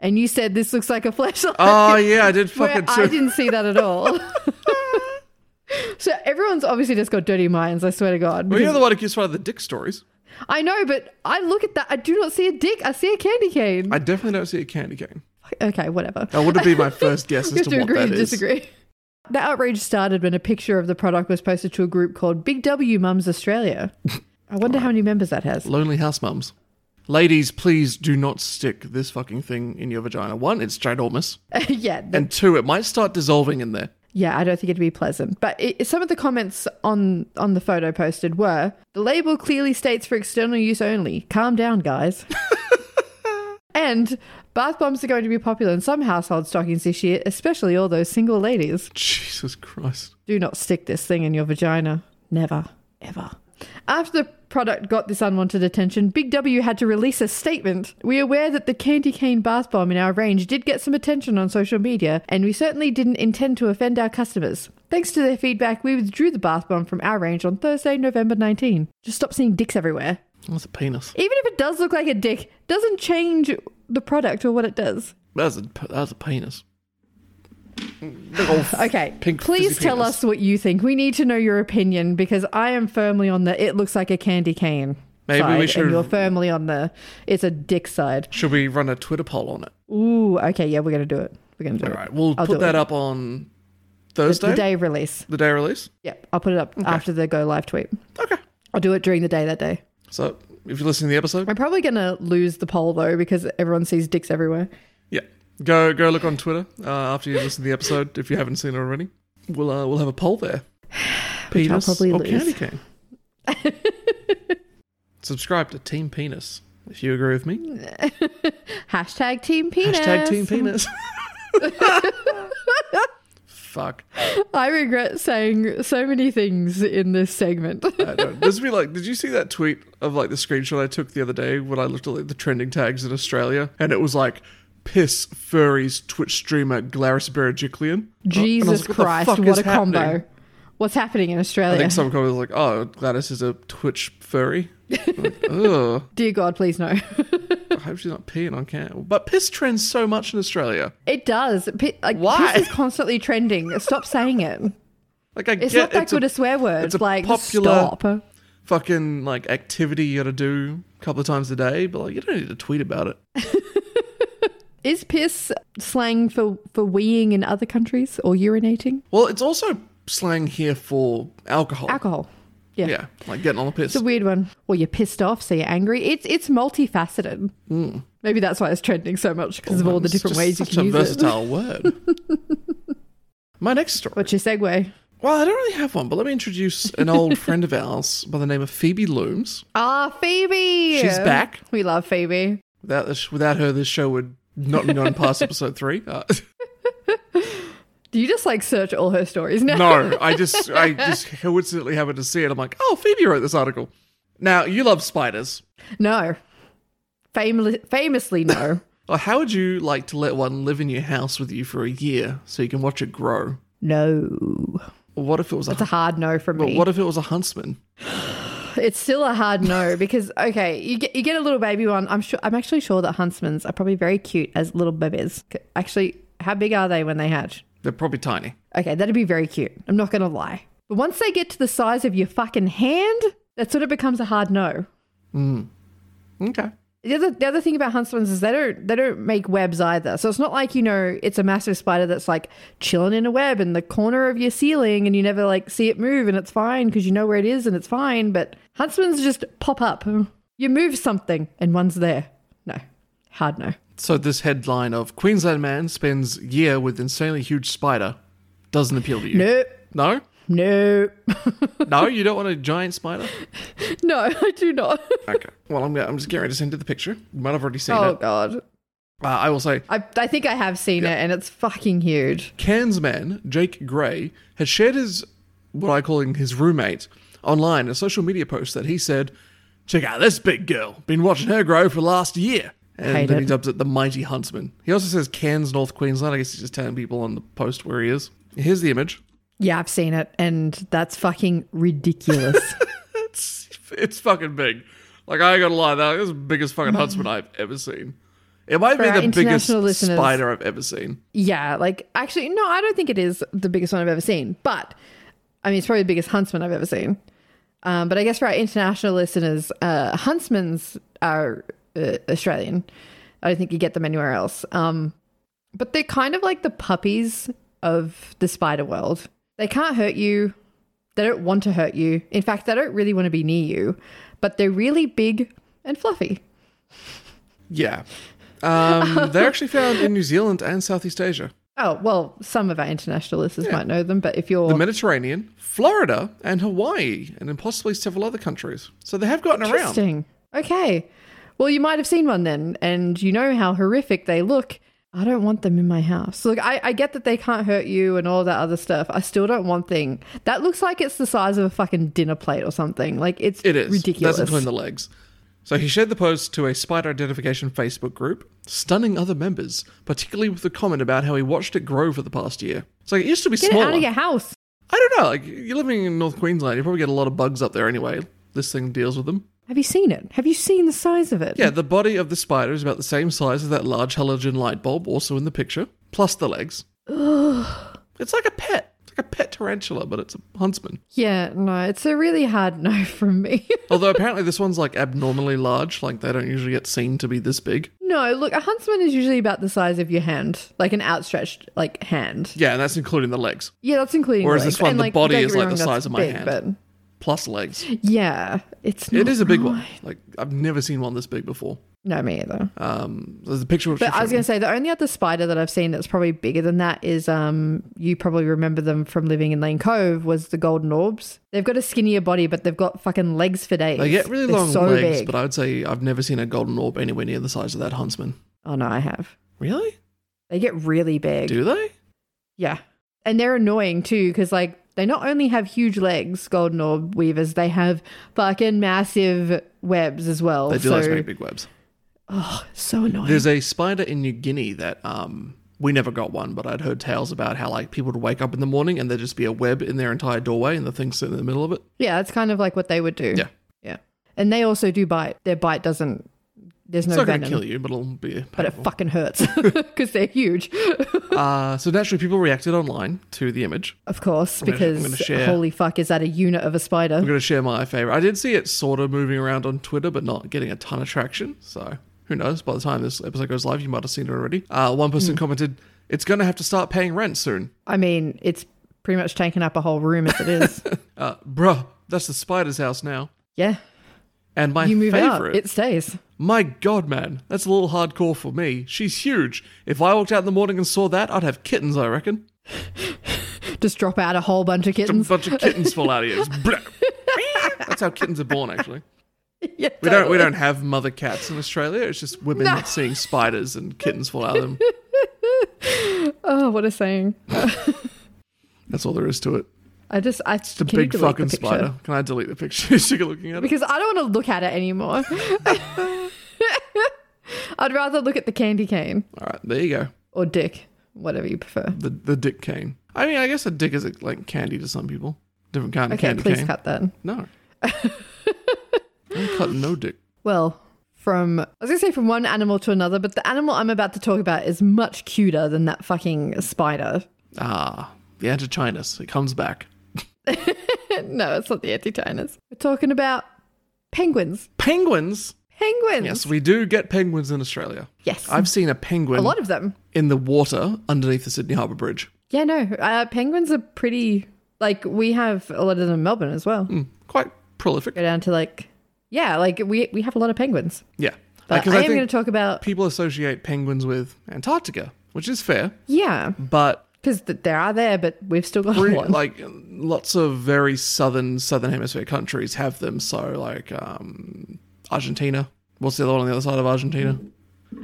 Speaker 1: And you said this looks like a flashlight.
Speaker 2: Oh yeah, I did
Speaker 1: Where
Speaker 2: fucking.
Speaker 1: I
Speaker 2: too.
Speaker 1: didn't see that at all. so everyone's obviously just got dirty minds, I swear to God.
Speaker 2: Well,
Speaker 1: because
Speaker 2: you're the one who gives one of the dick stories.
Speaker 1: I know, but I look at that. I do not see a dick. I see a candy cane.
Speaker 2: I definitely don't see a candy cane.
Speaker 1: okay, whatever.
Speaker 2: That would be my first guess
Speaker 1: You
Speaker 2: as
Speaker 1: have
Speaker 2: to,
Speaker 1: to
Speaker 2: what
Speaker 1: agree
Speaker 2: that
Speaker 1: and
Speaker 2: is.
Speaker 1: disagree. The outrage started when a picture of the product was posted to a group called Big W Mums Australia. I wonder how many members that has.
Speaker 2: Lonely house mums. Ladies, please do not stick this fucking thing in your vagina. One, it's ginormous.
Speaker 1: yeah, the-
Speaker 2: And two, it might start dissolving in there.
Speaker 1: yeah, I don't think it'd be pleasant. But it, some of the comments on on the photo posted were: the label clearly states for external use only. Calm down, guys. and bath bombs are going to be popular in some household stockings this year, especially all those single ladies.
Speaker 2: Jesus Christ.
Speaker 1: Do not stick this thing in your vagina. Never, ever. After the product got this unwanted attention, Big W had to release a statement. We are aware that the candy cane bath bomb in our range did get some attention on social media, and we certainly didn't intend to offend our customers. Thanks to their feedback, we withdrew the bath bomb from our range on Thursday, November 19. Just stop seeing dicks everywhere.
Speaker 2: That's a penis.
Speaker 1: Even if it does look like a dick, doesn't change the product or what it does.
Speaker 2: That's a, that's a penis. Big old f-
Speaker 1: Okay.
Speaker 2: Pink
Speaker 1: Please
Speaker 2: fizzy
Speaker 1: tell
Speaker 2: penis.
Speaker 1: us what you think. We need to know your opinion because I am firmly on the it looks like a candy cane.
Speaker 2: Maybe we
Speaker 1: side,
Speaker 2: should-
Speaker 1: And you're firmly on the it's a dick side.
Speaker 2: Should we run a Twitter poll on it?
Speaker 1: Ooh, okay, yeah, we're gonna do it. We're gonna do
Speaker 2: All
Speaker 1: it.
Speaker 2: right. We'll
Speaker 1: I'll do
Speaker 2: put that
Speaker 1: it.
Speaker 2: up on
Speaker 1: The,
Speaker 2: Thursday,
Speaker 1: the day of release.
Speaker 2: the day release.
Speaker 1: Yep, I'll put it up after the go live tweet.
Speaker 2: Okay.
Speaker 1: I'll do it during the day that day.
Speaker 2: So if you're listening to the episode,
Speaker 1: I'm probably gonna lose the poll though because everyone sees dicks everywhere.
Speaker 2: Yeah, go go look on Twitter uh, after you listen to the episode if you haven't seen it already. We'll uh, we'll have a poll there.
Speaker 1: Which I'll
Speaker 2: Penis
Speaker 1: probably
Speaker 2: or
Speaker 1: lose.
Speaker 2: candy cane. Subscribe to Team Penis if you agree with me.
Speaker 1: Hashtag Team Penis.
Speaker 2: Hashtag Team Penis. Fuck.
Speaker 1: I regret saying so many things in this segment.
Speaker 2: I don't- This would be like, did you see that tweet of like the screenshot I took the other day when I looked at like, the trending tags in Australia and it was like piss furries Twitch streamer Glaris Berejiklian. And I was
Speaker 1: Jesus
Speaker 2: like, what the
Speaker 1: Christ,
Speaker 2: fuck
Speaker 1: what,
Speaker 2: is
Speaker 1: a combo.
Speaker 2: happening?
Speaker 1: What's happening in
Speaker 2: I
Speaker 1: Australia?
Speaker 2: think some comment was like, "Oh, Gladys is a Twitch furry." like, Ugh,
Speaker 1: Dear God, please no.
Speaker 2: I hope she's not peeing on camera. But piss trends so much in Australia.
Speaker 1: it does. P- like,
Speaker 2: Why?
Speaker 1: Piss is constantly trending. Stop saying it.
Speaker 2: Like I
Speaker 1: It's
Speaker 2: get
Speaker 1: not that
Speaker 2: it's
Speaker 1: good
Speaker 2: a
Speaker 1: a, swear word.
Speaker 2: it's a
Speaker 1: like,
Speaker 2: popular-
Speaker 1: stop.
Speaker 2: fucking like activity you got to do a couple of times a day, but like you don't need to tweet about it.
Speaker 1: Is piss slang for, for weeing in other countries or urinating?
Speaker 2: Well, it's also slang here for alcohol.
Speaker 1: Alcohol. Yeah.
Speaker 2: Yeah, like getting on the piss.
Speaker 1: It's a weird one. Well, you're pissed off, so you're angry. It's it's multifaceted. Maybe that's why it's trending so much because of all the
Speaker 2: Hmm. Oh, It's
Speaker 1: different
Speaker 2: just
Speaker 1: ways you
Speaker 2: such
Speaker 1: can
Speaker 2: a
Speaker 1: use it.
Speaker 2: versatile word. My next story.
Speaker 1: What's your segue?
Speaker 2: Well, I don't really have one, but let me introduce an old friend of ours by the name of Phoebe Looms.
Speaker 1: Ah, Phoebe.
Speaker 2: She's back.
Speaker 1: We love Phoebe.
Speaker 2: Without this, without her, this show would not be on past episode three. Uh,
Speaker 1: Do you just like search all her stories now?
Speaker 2: no, I just I just coincidentally happened to see it. I'm like, oh, Phoebe wrote this article. Now you love spiders.
Speaker 1: No. Famili- famously, no.
Speaker 2: Well, how would you like to let one live in your house with you for a year so you can watch it grow?
Speaker 1: no.
Speaker 2: Or What if it was a
Speaker 1: It's a hard no from me.
Speaker 2: what if it was a huntsman?
Speaker 1: it's still a hard no because, okay, you get, you get a little baby one. I'm sure. I'm actually sure that huntsmans are probably very cute as little babies. C- Actually, how big are they when they hatch?
Speaker 2: They're probably tiny.
Speaker 1: Okay, that'd be very cute. I'm not going to lie. But once they get to the size of your fucking hand, that's when it becomes a hard no.
Speaker 2: Okay.
Speaker 1: The other, the other thing about huntsmans is they don't they don't make webs either. So it's not like you know it's a massive spider that's like chilling in a web in the corner of your ceiling and you never like see it move and it's fine because you know where it is and it's fine. But huntsmans just pop up. You move something and one's there. No, Hard no.
Speaker 2: So this headline of Queensland man spends year with insanely huge spider doesn't appeal to you.
Speaker 1: Nope.
Speaker 2: No?
Speaker 1: Nope.
Speaker 2: No, you don't want a giant spider?
Speaker 1: no, I do not.
Speaker 2: Okay. Well, I'm, I'm just getting ready to send you the picture. You might have already seen
Speaker 1: oh,
Speaker 2: it.
Speaker 1: God.
Speaker 2: Uh, I will say,
Speaker 1: I, I think I have seen it and it's fucking huge.
Speaker 2: Cairns man Jake Gray has shared his what I call him his roommate online in a social media post that he said, "Check out this big girl. Been watching her grow for the last year." And
Speaker 1: Hate
Speaker 2: then he
Speaker 1: it.
Speaker 2: dubs it the Mighty Huntsman. He also says Cairns, North Queensland. I guess he's just telling people on the post where he is. Here's the image.
Speaker 1: Yeah, I've seen it and that's fucking ridiculous.
Speaker 2: It's it's fucking big. Like I ain't gonna lie, that is the biggest fucking huntsman I've ever seen. It might
Speaker 1: our
Speaker 2: be the biggest
Speaker 1: international listeners-
Speaker 2: spider I've ever seen.
Speaker 1: yeah, like actually, no, I don't think it is the biggest one I've ever seen, but I mean, it's probably the biggest huntsman I've ever seen. Um, but I guess for our international listeners, uh, huntsmans are uh, Australian. I don't think you get them anywhere else. Um, but they're kind of like the puppies of the spider world. They can't hurt you. They don't want to hurt you. In fact, they don't really want to be near you, but they're really big and fluffy.
Speaker 2: Yeah. Um, they're actually found in New Zealand and Southeast Asia.
Speaker 1: Oh, well, some of our international listeners might know them, but if you're
Speaker 2: the Mediterranean, Florida, and Hawaii, and then possibly several other countries. So they have gotten around.
Speaker 1: Interesting. Okay. Well, you might have seen one then, and you know how horrific they look. I don't want them in my house. Look, I, I get that they can't hurt you and all that other stuff. I still don't want thing that looks like it's the size of a fucking dinner plate or something. Like it's
Speaker 2: It is.
Speaker 1: ridiculous.
Speaker 2: That's between the legs. So he shared the post to a spider identification Facebook group, stunning other members, particularly with the comment about how he watched it grow for the past year. So it used to be
Speaker 1: Get
Speaker 2: smaller.
Speaker 1: it out of your house.
Speaker 2: I don't know. Like you're living in North Queensland, you probably get a lot of bugs up there anyway. This thing deals with them.
Speaker 1: Have you seen it? Have you seen the size of it?
Speaker 2: Yeah, the body of the spider is about the same size as that large halogen light bulb, also in the picture, plus the legs. It's like a pet. It's like a pet tarantula, but it's a huntsman.
Speaker 1: Yeah, no, it's a really hard no from me.
Speaker 2: Although apparently this one's like abnormally large, like they don't usually get seen to be this big.
Speaker 1: no, look, a huntsman is usually about the size of your hand, like an outstretched like hand.
Speaker 2: Yeah, and that's including the legs.
Speaker 1: Yeah, that's including.
Speaker 2: Whereas
Speaker 1: legs.
Speaker 2: this one,
Speaker 1: And,
Speaker 2: the
Speaker 1: like,
Speaker 2: body
Speaker 1: don't get
Speaker 2: is
Speaker 1: me
Speaker 2: like the
Speaker 1: wrong,
Speaker 2: size
Speaker 1: that's
Speaker 2: of my
Speaker 1: big,
Speaker 2: hand.
Speaker 1: but-
Speaker 2: Plus legs.
Speaker 1: Yeah, it's not
Speaker 2: It is a big one.
Speaker 1: right.
Speaker 2: Like I've never seen one this big before.
Speaker 1: No, me either.
Speaker 2: Um there's a picture which
Speaker 1: but I was going to say the only other spider that I've seen that's probably bigger than that is um you probably remember them from living in Lane Cove was the golden orbs. They've got a skinnier body, but they've got fucking legs for days.
Speaker 2: they get really
Speaker 1: They're
Speaker 2: long
Speaker 1: so
Speaker 2: legs,
Speaker 1: big.
Speaker 2: but I would say I've never seen a golden orb anywhere near the size of that huntsman.
Speaker 1: oh no, I have.
Speaker 2: Really?
Speaker 1: They get really big.
Speaker 2: Do they?
Speaker 1: Yeah, and they're annoying too because like they not only have huge legs, golden orb weavers, they have fucking massive webs as well.
Speaker 2: They do
Speaker 1: so
Speaker 2: those make big webs.
Speaker 1: so annoying.
Speaker 2: There's a spider in New Guinea that um we never got one, but I'd heard tales about how like people would wake up in the morning and there'd just be a web in their entire doorway and the thing sitting in the middle of it.
Speaker 1: Yeah, that's kind of like what they would do.
Speaker 2: Yeah.
Speaker 1: Yeah. And they also do bite. Their bite doesn't, there's no
Speaker 2: It's not going to
Speaker 1: venom,
Speaker 2: kill you, but it'll be.
Speaker 1: but it fucking hurts because they're huge.
Speaker 2: Uh, so naturally, people reacted online to the image.
Speaker 1: Of course,
Speaker 2: gonna- I'm
Speaker 1: because
Speaker 2: gonna share.
Speaker 1: holy fuck, is that a unit of a
Speaker 2: I'm
Speaker 1: spider?
Speaker 2: going to share my favorite. I did see it sort of moving around on Twitter, but not getting a ton of traction. So who knows? By the time this episode goes live, you might have seen it already. Uh, one
Speaker 1: Hmm.
Speaker 2: person commented, "It's going to have to start paying rent soon."
Speaker 1: I mean, it's pretty much taken up a whole room as it is.
Speaker 2: Uh, bruh, that's the spider's house now.
Speaker 1: yeah.
Speaker 2: And my
Speaker 1: You move out,
Speaker 2: favorite,
Speaker 1: it stays.
Speaker 2: my god, man, that's a little hardcore for me. She's huge. If I walked out in the morning and saw that, I'd have kittens, I reckon.
Speaker 1: Just drop out a whole bunch of
Speaker 2: A
Speaker 1: kittens.
Speaker 2: bunch of kittens fall out of you. It's bleh. That's how kittens are born, actually.
Speaker 1: yeah,
Speaker 2: We don't we don't have mother cats in Australia. It's just women seeing spiders and kittens fall out of them.
Speaker 1: Oh, what a saying.
Speaker 2: That's all there is to it.
Speaker 1: I just, I
Speaker 2: It's a
Speaker 1: can you
Speaker 2: big
Speaker 1: delete
Speaker 2: fucking
Speaker 1: the picture?
Speaker 2: spider. Can I delete the picture? She's looking at it.
Speaker 1: Because I don't want to look at it anymore. I'd rather look at the candy cane.
Speaker 2: All right, there you go.
Speaker 1: or dick, whatever you prefer.
Speaker 2: The the dick cane. I mean, I guess a dick is like candy to some people. Different kind of
Speaker 1: Okay,
Speaker 2: candy
Speaker 1: please
Speaker 2: cane.
Speaker 1: cut that.
Speaker 2: No. I'm cutting no dick.
Speaker 1: Well, from I was gonna say from one animal to another, but the animal I'm about to talk about is much cuter than that fucking spider.
Speaker 2: Ah, the antichinus. It comes back.
Speaker 1: no, it's not the antitinus. We're talking about penguins.
Speaker 2: Penguins.
Speaker 1: Penguins.
Speaker 2: Yes, we do get penguins in Australia.
Speaker 1: Yes.
Speaker 2: I've seen a
Speaker 1: a
Speaker 2: penguin
Speaker 1: lot of them.
Speaker 2: in the water underneath the Sydney Harbour Bridge.
Speaker 1: Yeah, no. Uh, penguins are pretty. Like we have a lot of them in Melbourne
Speaker 2: Hmm.
Speaker 1: as well.
Speaker 2: Quite prolific.
Speaker 1: Go down to like, yeah, like we we have a lot of penguins.
Speaker 2: Yeah.
Speaker 1: But
Speaker 2: Because
Speaker 1: I
Speaker 2: I
Speaker 1: am
Speaker 2: think-
Speaker 1: going to talk about
Speaker 2: People associate penguins with Antarctica, which is fair,
Speaker 1: yeah,
Speaker 2: but
Speaker 1: because th- there are there, but we've still got
Speaker 2: pretty-
Speaker 1: one.
Speaker 2: like lots of very southern southern hemisphere countries have them. So like um, Argentina. What's the other one on the other side of Argentina?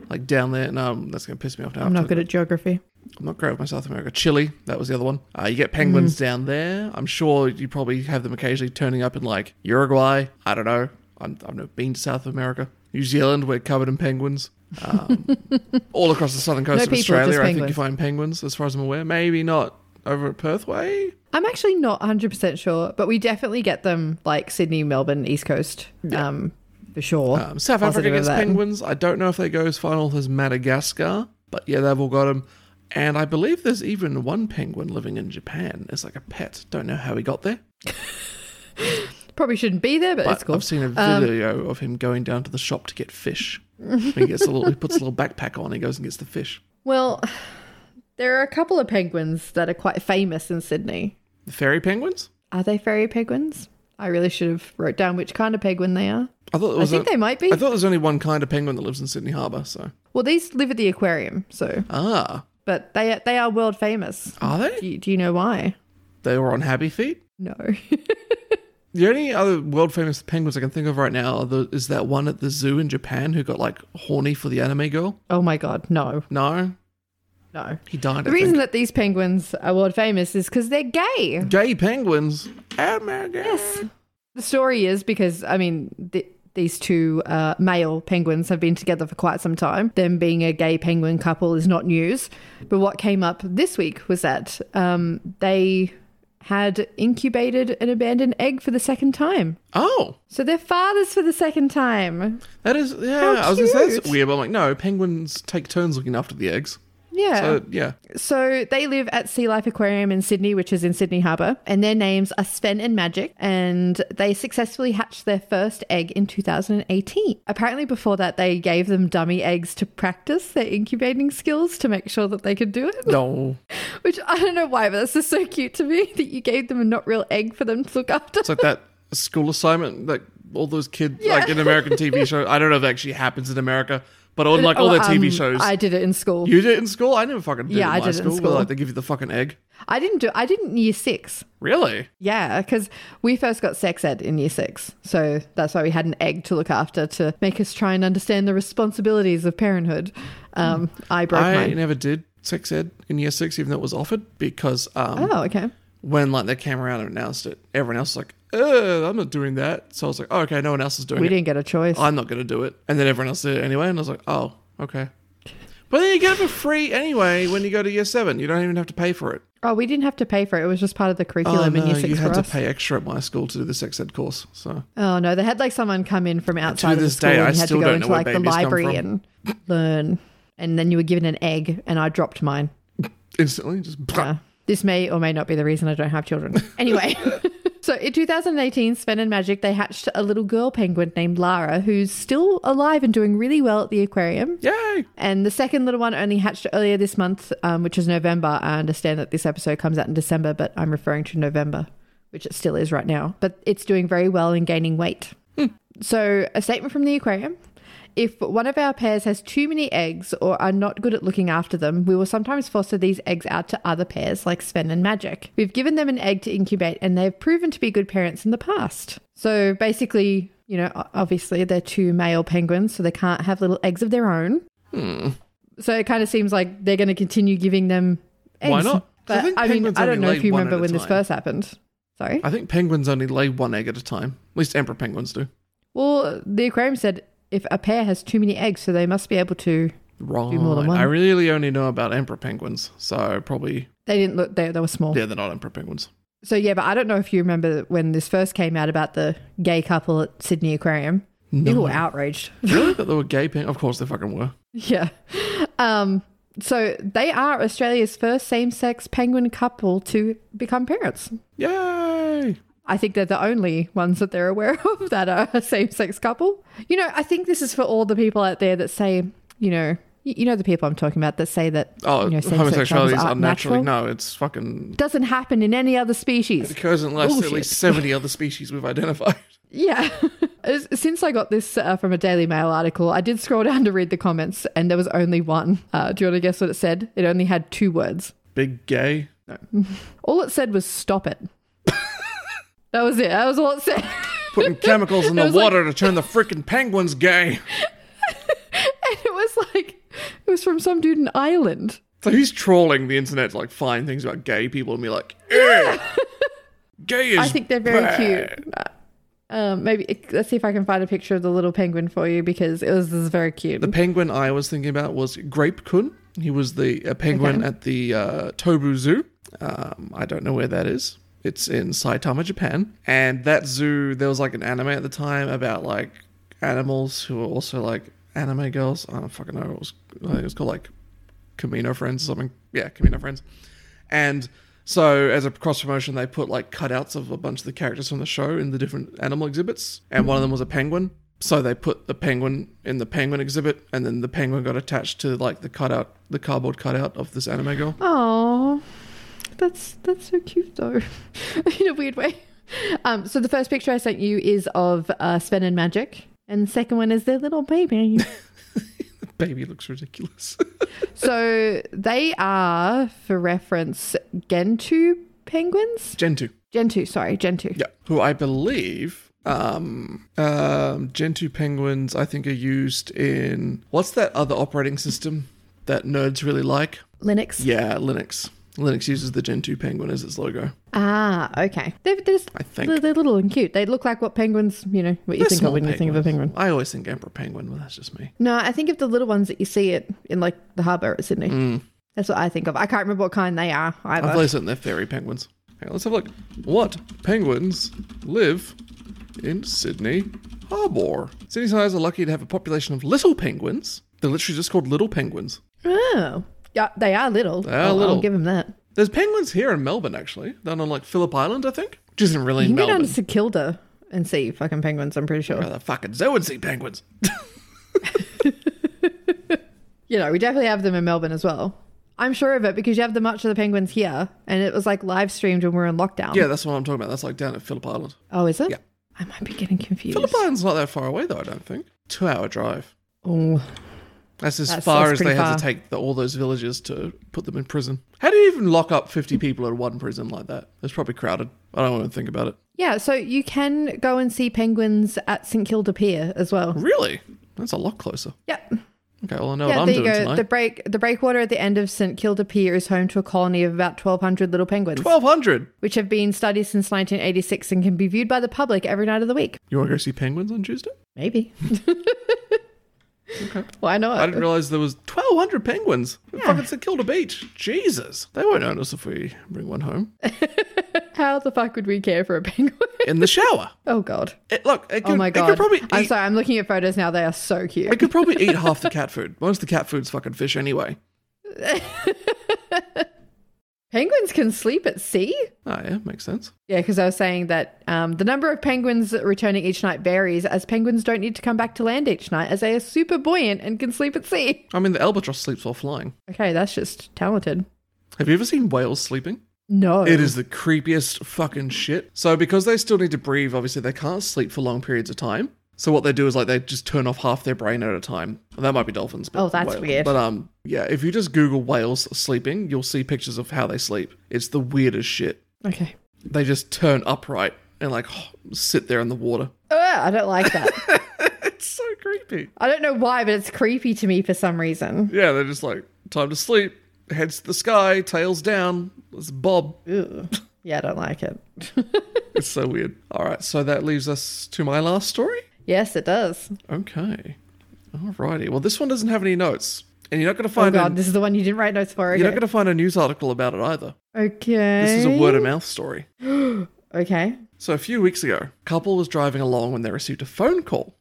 Speaker 2: Like down there, no, that's gonna piss me off now.
Speaker 1: I'm
Speaker 2: after
Speaker 1: not good at geography.
Speaker 2: I'm not great with my South America. Chile, that was the other one. Uh, you get
Speaker 1: Mm.
Speaker 2: penguins down there. I'm sure you probably have them occasionally turning up in like Uruguay. I don't know. I'm, I've never been to South America. New Zealand, we're covered in penguins. Um, all across the southern coast
Speaker 1: No
Speaker 2: of
Speaker 1: people, just
Speaker 2: Australia, I think you
Speaker 1: penguins.
Speaker 2: find penguins, as far as I'm aware. Maybe not over at Perth Way.
Speaker 1: I'm actually not 100% sure, but we definitely get them like Sydney, Melbourne, East Coast, um, for sure.
Speaker 2: Um, South
Speaker 1: Positive
Speaker 2: Africa
Speaker 1: of
Speaker 2: gets
Speaker 1: that.
Speaker 2: penguins. I don't know if they go as far north as Madagascar, but yeah, they've all got them. And I believe there's even one penguin living in Japan. It's like a pet. Don't know how he got there.
Speaker 1: Probably shouldn't be there, but,
Speaker 2: But
Speaker 1: it's cool. Um,
Speaker 2: I've seen a video of him going down to the shop to get fish. he gets a little, he puts a little backpack on. He goes and gets the fish.
Speaker 1: Well, there are a couple of penguins that are quite famous in Sydney.
Speaker 2: The fairy penguins.
Speaker 1: Are they fairy penguins? I really should have wrote down which kind of penguin they are.
Speaker 2: I thought there
Speaker 1: I
Speaker 2: was.
Speaker 1: think
Speaker 2: o-
Speaker 1: they might be.
Speaker 2: I thought there's only one kind of penguin that lives in Sydney Harbour. So
Speaker 1: well, these live at the aquarium, so
Speaker 2: ah,
Speaker 1: but they they are world famous.
Speaker 2: are they?
Speaker 1: Do you, do you know why?
Speaker 2: They were on Happy Feet.
Speaker 1: No.
Speaker 2: The only other world famous penguins I can think of right now are the, is that one at the zoo in Japan who got like horny for the anime girl.
Speaker 1: oh my god, no,
Speaker 2: No,
Speaker 1: no.
Speaker 2: he died.
Speaker 1: The
Speaker 2: I
Speaker 1: reason
Speaker 2: think.
Speaker 1: that these penguins are world famous is because they're gay.
Speaker 2: gay penguins. Oh my god.
Speaker 1: Yes. The story is because, I mean, th- these two uh, male penguins have been together for quite some time. Them being a gay penguin couple is not news. But what came up this week was that um, they had incubated an abandoned egg for the second time.
Speaker 2: Oh,
Speaker 1: So they're fathers for the second time.
Speaker 2: that is yeah.
Speaker 1: How
Speaker 2: I was gonna say that's
Speaker 1: cute.
Speaker 2: weird, but I'm like, no, penguins take turns looking after the eggs.
Speaker 1: Yeah.
Speaker 2: So yeah.
Speaker 1: So they live at Sea Life Aquarium in Sydney, which is in Sydney Harbour, and their names are Sven and Magic, and they successfully hatched their first egg in 2018. Apparently, before that, they gave them dummy eggs to practice their incubating skills to make sure that they could do it,
Speaker 2: No.
Speaker 1: which I don't know why, but that's just so cute to me that you gave them a not real egg for them to look after.
Speaker 2: It's like that school assignment that all those kids, like in American TV show. I don't know if it actually happens in America, but on like all
Speaker 1: Oh,
Speaker 2: their TV
Speaker 1: um,
Speaker 2: shows.
Speaker 1: I did it in school.
Speaker 2: you did it in school? I never fucking did
Speaker 1: Yeah,
Speaker 2: it in
Speaker 1: I
Speaker 2: my
Speaker 1: did it in
Speaker 2: school. where,
Speaker 1: school.
Speaker 2: like they give you the fucking egg.
Speaker 1: I didn't do. I did it in year six.
Speaker 2: Really?
Speaker 1: Yeah, because we first got sex ed in year six. So that's why we had an egg to look after to make us try and understand the responsibilities of parenthood. Um, I broke
Speaker 2: I
Speaker 1: mine.
Speaker 2: never did sex ed in year six, even though it was offered, because um,
Speaker 1: Oh, okay.
Speaker 2: when like they came around and announced it, everyone else was like, "Uh, I'm not doing that." So I was like, oh, "Okay, no one else is doing
Speaker 1: We
Speaker 2: it.
Speaker 1: didn't get a choice.
Speaker 2: I'm not gonna do it." And then everyone else did it anyway, and I was like, "Oh, okay." But then you get it for free anyway when you go to year seven. You don't even have to pay for it.
Speaker 1: Oh, we didn't have to pay for it. It was just part of the
Speaker 2: Oh,
Speaker 1: curriculum in
Speaker 2: no,
Speaker 1: year six
Speaker 2: you
Speaker 1: for
Speaker 2: had to
Speaker 1: us.
Speaker 2: pay extra at my school to do the sex ed course. So
Speaker 1: Oh no, they had like someone come in from outside
Speaker 2: this
Speaker 1: of the school
Speaker 2: day, I
Speaker 1: and you had
Speaker 2: still
Speaker 1: to go
Speaker 2: don't
Speaker 1: into
Speaker 2: know where
Speaker 1: like the
Speaker 2: babies come
Speaker 1: library and
Speaker 2: from.
Speaker 1: learn. And then you were given an egg, and I dropped mine.
Speaker 2: instantly, just
Speaker 1: Uh, this may or may not be the reason I don't have children. Anyway, so in 2018, Sven and Magic they hatched a little girl penguin named Lara, who's still alive and doing really well at the aquarium.
Speaker 2: yay!
Speaker 1: And the second little one only hatched earlier this month, um, which is November. I understand that this episode comes out in December, but I'm referring to November, which it still is right now. But it's doing very well and gaining weight. So, a statement from the aquarium. If one of our pairs has too many eggs or are not good at looking after them, we will sometimes foster these eggs out to other pairs like Sven and Magic. We've given them an egg to incubate and they've proven to be good parents in the past. So basically, you know, o- obviously they're two male penguins, so they can't have little eggs of their own.
Speaker 2: Hmm.
Speaker 1: So it kind of seems like they're going to continue giving them eggs.
Speaker 2: Why not? 'Cause I
Speaker 1: But
Speaker 2: think
Speaker 1: I, mean,
Speaker 2: penguins
Speaker 1: I don't
Speaker 2: only
Speaker 1: know
Speaker 2: lay
Speaker 1: if you
Speaker 2: one
Speaker 1: remember
Speaker 2: at a
Speaker 1: when this
Speaker 2: time.
Speaker 1: first happened. Sorry.
Speaker 2: I think penguins only lay one egg at a time. At least emperor penguins do.
Speaker 1: well, the aquarium said if a pair has too many eggs, so they must be able to
Speaker 2: Wrong.
Speaker 1: more than one.
Speaker 2: I really only know about emperor penguins, so probably
Speaker 1: They didn't look. They, they were small.
Speaker 2: yeah, they're not emperor penguins.
Speaker 1: So yeah, but I don't know if you remember when this first came out about the gay couple at Sydney Aquarium. People were outraged.
Speaker 2: Really? that they were gay penguins? Of course they fucking were.
Speaker 1: yeah. Um. So they are Australia's first same-sex penguin couple to become parents.
Speaker 2: Yay!
Speaker 1: I think they're the only ones that they're aware of that are a same-sex couple. You know, I think this is for all the people out there that say, you know, y- you know the people I'm talking about that say that
Speaker 2: Oh,
Speaker 1: you know, same-sex
Speaker 2: homosexuality is
Speaker 1: couples aren't
Speaker 2: unnaturally
Speaker 1: natural.
Speaker 2: no. It's fucking
Speaker 1: Doesn't happen in any other species.
Speaker 2: occurs in less at
Speaker 1: Bullshit.
Speaker 2: least seventy other species we've identified.
Speaker 1: Yeah. As- Since I got this uh, from a Daily Mail article, I did scroll down to read the comments, and there was only one. Uh, do you want to guess what it said? It only had two words.
Speaker 2: Big gay.
Speaker 1: All it said was "stop it." that was it. That was all it said.
Speaker 2: Putting chemicals in the
Speaker 1: was like-
Speaker 2: water to turn the freaking penguins gay.
Speaker 1: and it was like it was from some dude in Ireland.
Speaker 2: So he's trawling the internet to like find things about gay people and be like, "Ew, gay is.
Speaker 1: I think they're very
Speaker 2: bad."
Speaker 1: cute. Uh, Um, maybe let's see if I can find a picture of the little penguin for you because it was, this is very cute.
Speaker 2: The penguin I was thinking about was Grape Kun. He was the a penguin
Speaker 1: Okay.
Speaker 2: at the uh, Tobu Zoo. Um, I don't know where that is. It's in Saitama, Japan. And that zoo, there was like an anime at the time about like animals who were also like anime girls. I don't fucking know. It was, I think it was called like Camino Friends or something. Yeah, Camino Friends. And so, as a cross promotion, they put like cutouts of a bunch of the characters from the show in the different animal exhibits, and one of them was a penguin. So they put the penguin in the penguin exhibit, and then the penguin got attached to like the cutout, the cardboard cutout of this anime girl.
Speaker 1: Oh, that's that's so cute though, in a weird way. Um, so the first picture I sent you is of uh, Sven and Magic, and the second one is their little baby.
Speaker 2: Baby looks ridiculous.
Speaker 1: so they are, for reference, Gentoo penguins.
Speaker 2: Gentoo,
Speaker 1: Gentoo, sorry, Gentoo.
Speaker 2: yeah, who I believe um um Gentoo penguins I think are used in what's that other operating system that nerds really like?
Speaker 1: Linux.
Speaker 2: Yeah, Linux. Linux uses the Gentoo penguin as its logo.
Speaker 1: Ah, okay. They're, they're, just,
Speaker 2: I think.
Speaker 1: they're, they're little and cute. They look like what penguins, you know, what you
Speaker 2: They're
Speaker 1: think
Speaker 2: small
Speaker 1: of when you think of a penguin.
Speaker 2: penguins. I always think emperor penguin, but that's just me.
Speaker 1: No, I think of the little ones that you see it in like the harbour at Sydney. That's what I think of. I can't remember what kind they are either.
Speaker 2: Mm. I've always certain they're fairy penguins. Hang on, let's have a look. What penguins live in Sydney Harbour? Sydney Siders are lucky to have a population of little penguins. They're literally just called little penguins.
Speaker 1: Oh. Yeah, they are little.
Speaker 2: are
Speaker 1: I'll,
Speaker 2: little.
Speaker 1: I'll give them that.
Speaker 2: There's penguins here in Melbourne, actually. Down on like Phillip Island, I think, which isn't really
Speaker 1: You can go down
Speaker 2: Melbourne.
Speaker 1: to St Kilda and see fucking penguins, I'm pretty sure.
Speaker 2: Oh, the fucking zoo and see penguins.
Speaker 1: You know, we definitely have them in Melbourne as well. I'm sure of it because you have the March of the Penguins here and it was like live streamed when we were in lockdown.
Speaker 2: yeah, that's what I'm talking about. That's like down at Phillip Island.
Speaker 1: Oh, is it?
Speaker 2: Yeah.
Speaker 1: I might be getting confused.
Speaker 2: Phillip Island's not that far away, though. I don't think. Two hour drive.
Speaker 1: Oh.
Speaker 2: That's as
Speaker 1: That's-
Speaker 2: far
Speaker 1: that's
Speaker 2: as they
Speaker 1: pretty
Speaker 2: had
Speaker 1: far.
Speaker 2: to take the, all those villages to put them in prison. How do you even lock up 50 people in one prison like that? It's probably crowded. I don't even think about it.
Speaker 1: Yeah, so you can go and see penguins at St Kilda Pier as well.
Speaker 2: Really? That's a lot closer.
Speaker 1: Yep.
Speaker 2: Okay, well, I know
Speaker 1: Yeah,
Speaker 2: what I'm
Speaker 1: there you
Speaker 2: doing
Speaker 1: go.
Speaker 2: tonight.
Speaker 1: The break the breakwater at the end of St Kilda Pier is home to a colony of about 1200 little penguins,
Speaker 2: 1200.
Speaker 1: which have been studied since 1986 and can be viewed by the public every night of the week.
Speaker 2: You want to go see penguins on Tuesday?
Speaker 1: Maybe. Why not?
Speaker 2: I didn't realize there was 1200 penguins.
Speaker 1: Yeah.
Speaker 2: Fucking St Kilda Beach. Jesus. They won't own us if we bring one home.
Speaker 1: How the fuck would we care for a penguin?
Speaker 2: In the shower.
Speaker 1: oh god.
Speaker 2: It, look, it could,
Speaker 1: Oh my
Speaker 2: It
Speaker 1: god.
Speaker 2: could probably
Speaker 1: I'm
Speaker 2: eat-
Speaker 1: sorry. I'm looking at photos now. They are so
Speaker 2: It
Speaker 1: cute.
Speaker 2: could probably eat half the cat food. Most of the cat food's fucking fish anyway.
Speaker 1: Penguins can sleep at sea.
Speaker 2: Oh, yeah, makes sense.
Speaker 1: Yeah, because I was saying that um, the number of penguins returning each night varies, as penguins don't need to come back to land each night, as they are super buoyant and can sleep at sea.
Speaker 2: I mean, the albatross sleeps while flying.
Speaker 1: Okay, that's just talented.
Speaker 2: Have you ever seen whales sleeping?
Speaker 1: No,
Speaker 2: It is the creepiest fucking shit. So because they still need to breathe, obviously they can't sleep for long periods of time. So what they do is like they just turn off half their brain at a time. And that might be dolphins. But
Speaker 1: Oh, that's
Speaker 2: whale-
Speaker 1: weird.
Speaker 2: But um, yeah, if you just Google whales sleeping, you'll see pictures of how they sleep. It's the weirdest shit.
Speaker 1: okay.
Speaker 2: They just turn upright and like sit there in the water.
Speaker 1: Ugh, I don't like that.
Speaker 2: It's so creepy.
Speaker 1: I don't know why, but it's creepy to me for some reason.
Speaker 2: Yeah, they're just like time to sleep. Heads to the sky, tails down. Let's bob.
Speaker 1: Ugh. Yeah, I don't like it.
Speaker 2: It's so weird. All right, so that leaves us to my last story.
Speaker 1: yes, it does.
Speaker 2: Okay. Alrighty. Well, this one doesn't have any notes, and you're not going to
Speaker 1: Oh
Speaker 2: find
Speaker 1: god,
Speaker 2: a,
Speaker 1: this is the one you didn't write notes for. Okay.
Speaker 2: you're not going to find a news article about it either.
Speaker 1: okay.
Speaker 2: This is a
Speaker 1: Eh?
Speaker 2: word of mouth story.
Speaker 1: Okay.
Speaker 2: So a few weeks ago, a couple was driving along when they received a phone call.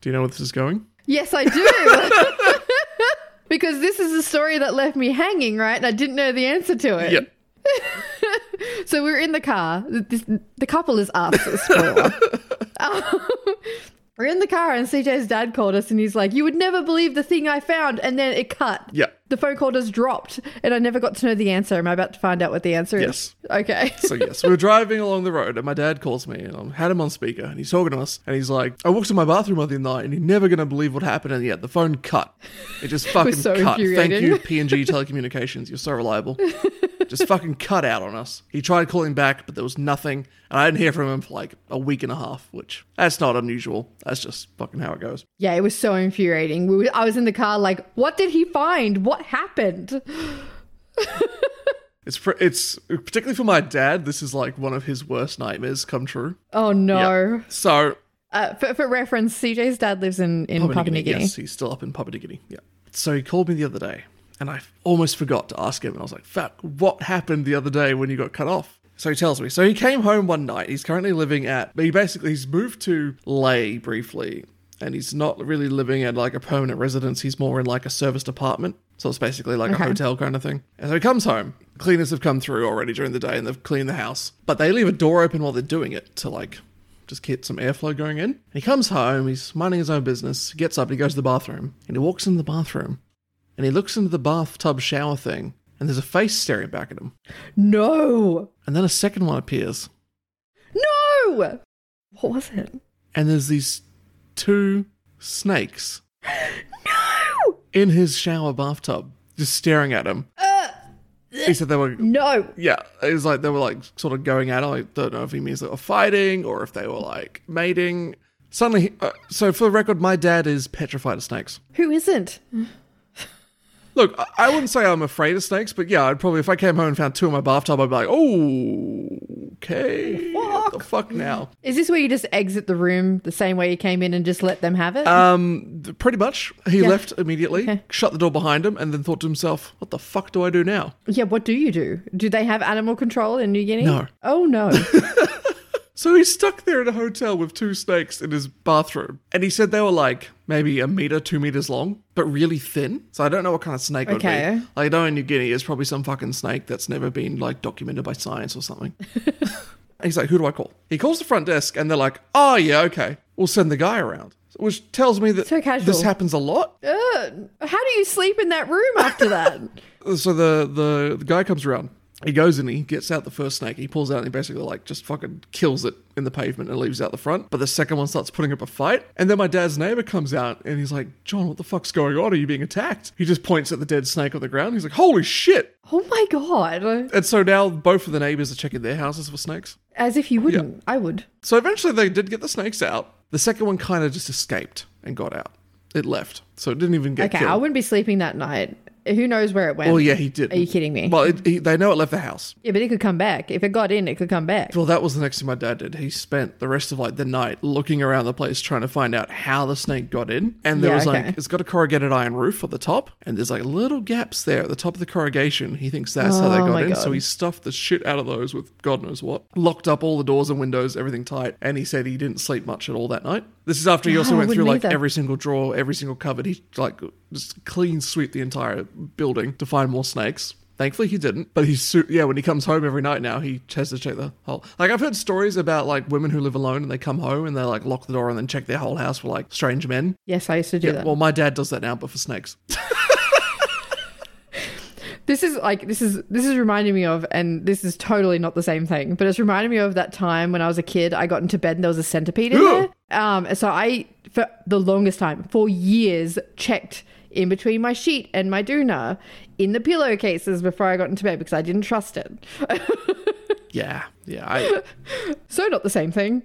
Speaker 2: Do you know where this is going?
Speaker 1: Yes, I do. because this is a story that left me hanging, right? And I didn't know the answer to it.
Speaker 2: Yeah.
Speaker 1: So we're in the car. This, the couple is us. Spoiler. Um, we're we're in the car and CJ's dad called us and he's like, You would never believe the thing I found. And then it cut.
Speaker 2: Yeah.
Speaker 1: The phone call just dropped and I never got to know the answer. Am I about to find out what the answer
Speaker 2: Yes.
Speaker 1: is? Okay.
Speaker 2: So yes, we were driving along the road, and my dad calls me, and I had him on speaker, and he's talking to us, and he's like, "I walked to my bathroom the other night, and you're never gonna believe what happened." And yeah, the phone cut. It just fucking
Speaker 1: so
Speaker 2: cut. Thank
Speaker 1: infuriating.
Speaker 2: you, P and G Telecommunications. You're so reliable. just fucking cut out on us. He tried calling back, but there was nothing, and I didn't hear from him for like a week and a half, which that's not unusual. That's just fucking how it goes.
Speaker 1: yeah, it was so infuriating. We were, I was in the car like, What did he find? What happened?
Speaker 2: It's pr- it's particularly for my dad. This is like one of his worst nightmares come true.
Speaker 1: Oh no.
Speaker 2: So
Speaker 1: Uh, for, for reference, CJ's dad lives in, in Papua New Guinea.
Speaker 2: Yes, he's still up in Papua New Guinea. Yeah. So he called me the other day, and I almost forgot to ask him. And I was like, "Fuck, what happened the other day when you got cut off?" So he tells me. So he came home one night. He's currently living at. He basically he's moved to Ley briefly, and he's not really living at like a permanent residence. He's more in like a serviced apartment. So it's basically like a hotel kind of thing. And so he comes home. Cleaners have come through already during the day, and they've cleaned the house. But they leave a door open while they're doing it to like just get some airflow going in. And he comes home, he's minding his own business, gets up, and he goes to the bathroom, and he walks into the bathroom, and he looks into the bathtub shower thing, and there's a face staring back at him.
Speaker 1: No.
Speaker 2: And then a second one appears,
Speaker 1: No. What was it?
Speaker 2: and there's these two snakes
Speaker 1: No.
Speaker 2: in his shower bathtub, just staring at him.
Speaker 1: Uh,
Speaker 2: He said they were
Speaker 1: no.
Speaker 2: yeah, it was like they were like sort of going at it. I don't know if he means they were fighting or if they were like mating. Suddenly, he- uh, so for the record, my dad is petrified of snakes.
Speaker 1: Who isn't?
Speaker 2: Look, I- I wouldn't say I'm afraid of snakes, but yeah, I'd probably if I came home and found two in my bathtub, I'd be like, oh, okay, what the fuck now?
Speaker 1: Is this where you just exit the room the same way you came in and just let them have it?
Speaker 2: Um, th- pretty much, he
Speaker 1: Yeah.
Speaker 2: left immediately,
Speaker 1: Okay.
Speaker 2: shut the door behind him, and then thought to himself, what the fuck do I do now?
Speaker 1: yeah, what do you do? Do they have animal control in New Guinea?
Speaker 2: No.
Speaker 1: Oh, no.
Speaker 2: So he's stuck there in a hotel with two snakes in his bathroom, and he said they were like maybe a meter, two meters long, but really thin. So I don't know what kind of snake it
Speaker 1: Okay.
Speaker 2: would be. Like, I know in New Guinea, it's probably some fucking snake that's never been like documented by science or something. He's like, who do I call? He calls the front desk and they're like, oh, yeah, okay. We'll send the guy around. Which tells me that
Speaker 1: So casual.
Speaker 2: this happens a lot.
Speaker 1: uh, how do you sleep in that room after that?
Speaker 2: So the, the, the guy comes around. He goes in, he gets out the first snake, he pulls out and he basically like just fucking kills it in the pavement and leaves out the front. But the second one starts putting up a fight. And then my dad's neighbor comes out and he's like, John, what the fuck's going on? Are you being attacked? He just points at the dead snake on the ground. He's like, holy shit.
Speaker 1: oh, my God.
Speaker 2: And so now both of the neighbors are checking their houses for snakes.
Speaker 1: As if you wouldn't. I would.
Speaker 2: So eventually they did get the snakes out. The second one kind of just escaped and got out. It left. So it didn't even get
Speaker 1: Okay,
Speaker 2: killed.
Speaker 1: I wouldn't be sleeping that night. Who knows where it went?
Speaker 2: well, yeah, he did.
Speaker 1: Are you kidding me?
Speaker 2: Well, it, he, they know it left the house.
Speaker 1: yeah, but it could come back. If it got in, it could come back.
Speaker 2: Well, that was the next thing my dad did. He spent the rest of like the night looking around the place trying to find out how the snake got in. And there
Speaker 1: Yeah,
Speaker 2: was
Speaker 1: okay.
Speaker 2: like it's got a corrugated iron roof at the top, and there's like little gaps there at the top of the corrugation. He thinks that's how they
Speaker 1: Oh,
Speaker 2: got
Speaker 1: my
Speaker 2: in.
Speaker 1: God.
Speaker 2: So he stuffed the shit out of those with God knows what. Locked up all the doors and windows, everything tight, and he said he didn't sleep much at all that night. This is after he also
Speaker 1: Oh, I
Speaker 2: went through
Speaker 1: wouldn't
Speaker 2: like
Speaker 1: either.
Speaker 2: every single drawer, every single cupboard. He like just clean sweep the entire building to find more snakes. Thankfully, he didn't. But he's su- yeah. When he comes home every night now, he has to check the whole. Like I've heard stories about like women who live alone and they come home and they like lock the door and then check their whole house for like strange men.
Speaker 1: Yes, I used to do that.
Speaker 2: Well, my dad does that now, but for snakes.
Speaker 1: This is like this is this is reminding me of, and this is totally not the same thing, but it's reminding me of that time when I was a kid. I got into bed and there was a centipede in
Speaker 2: Ugh.
Speaker 1: there. Um, so I for the longest time, for years, checked in between my sheet and my doona in the pillowcases before I got into bed because I didn't trust it.
Speaker 2: yeah, yeah. I,
Speaker 1: So not the same thing,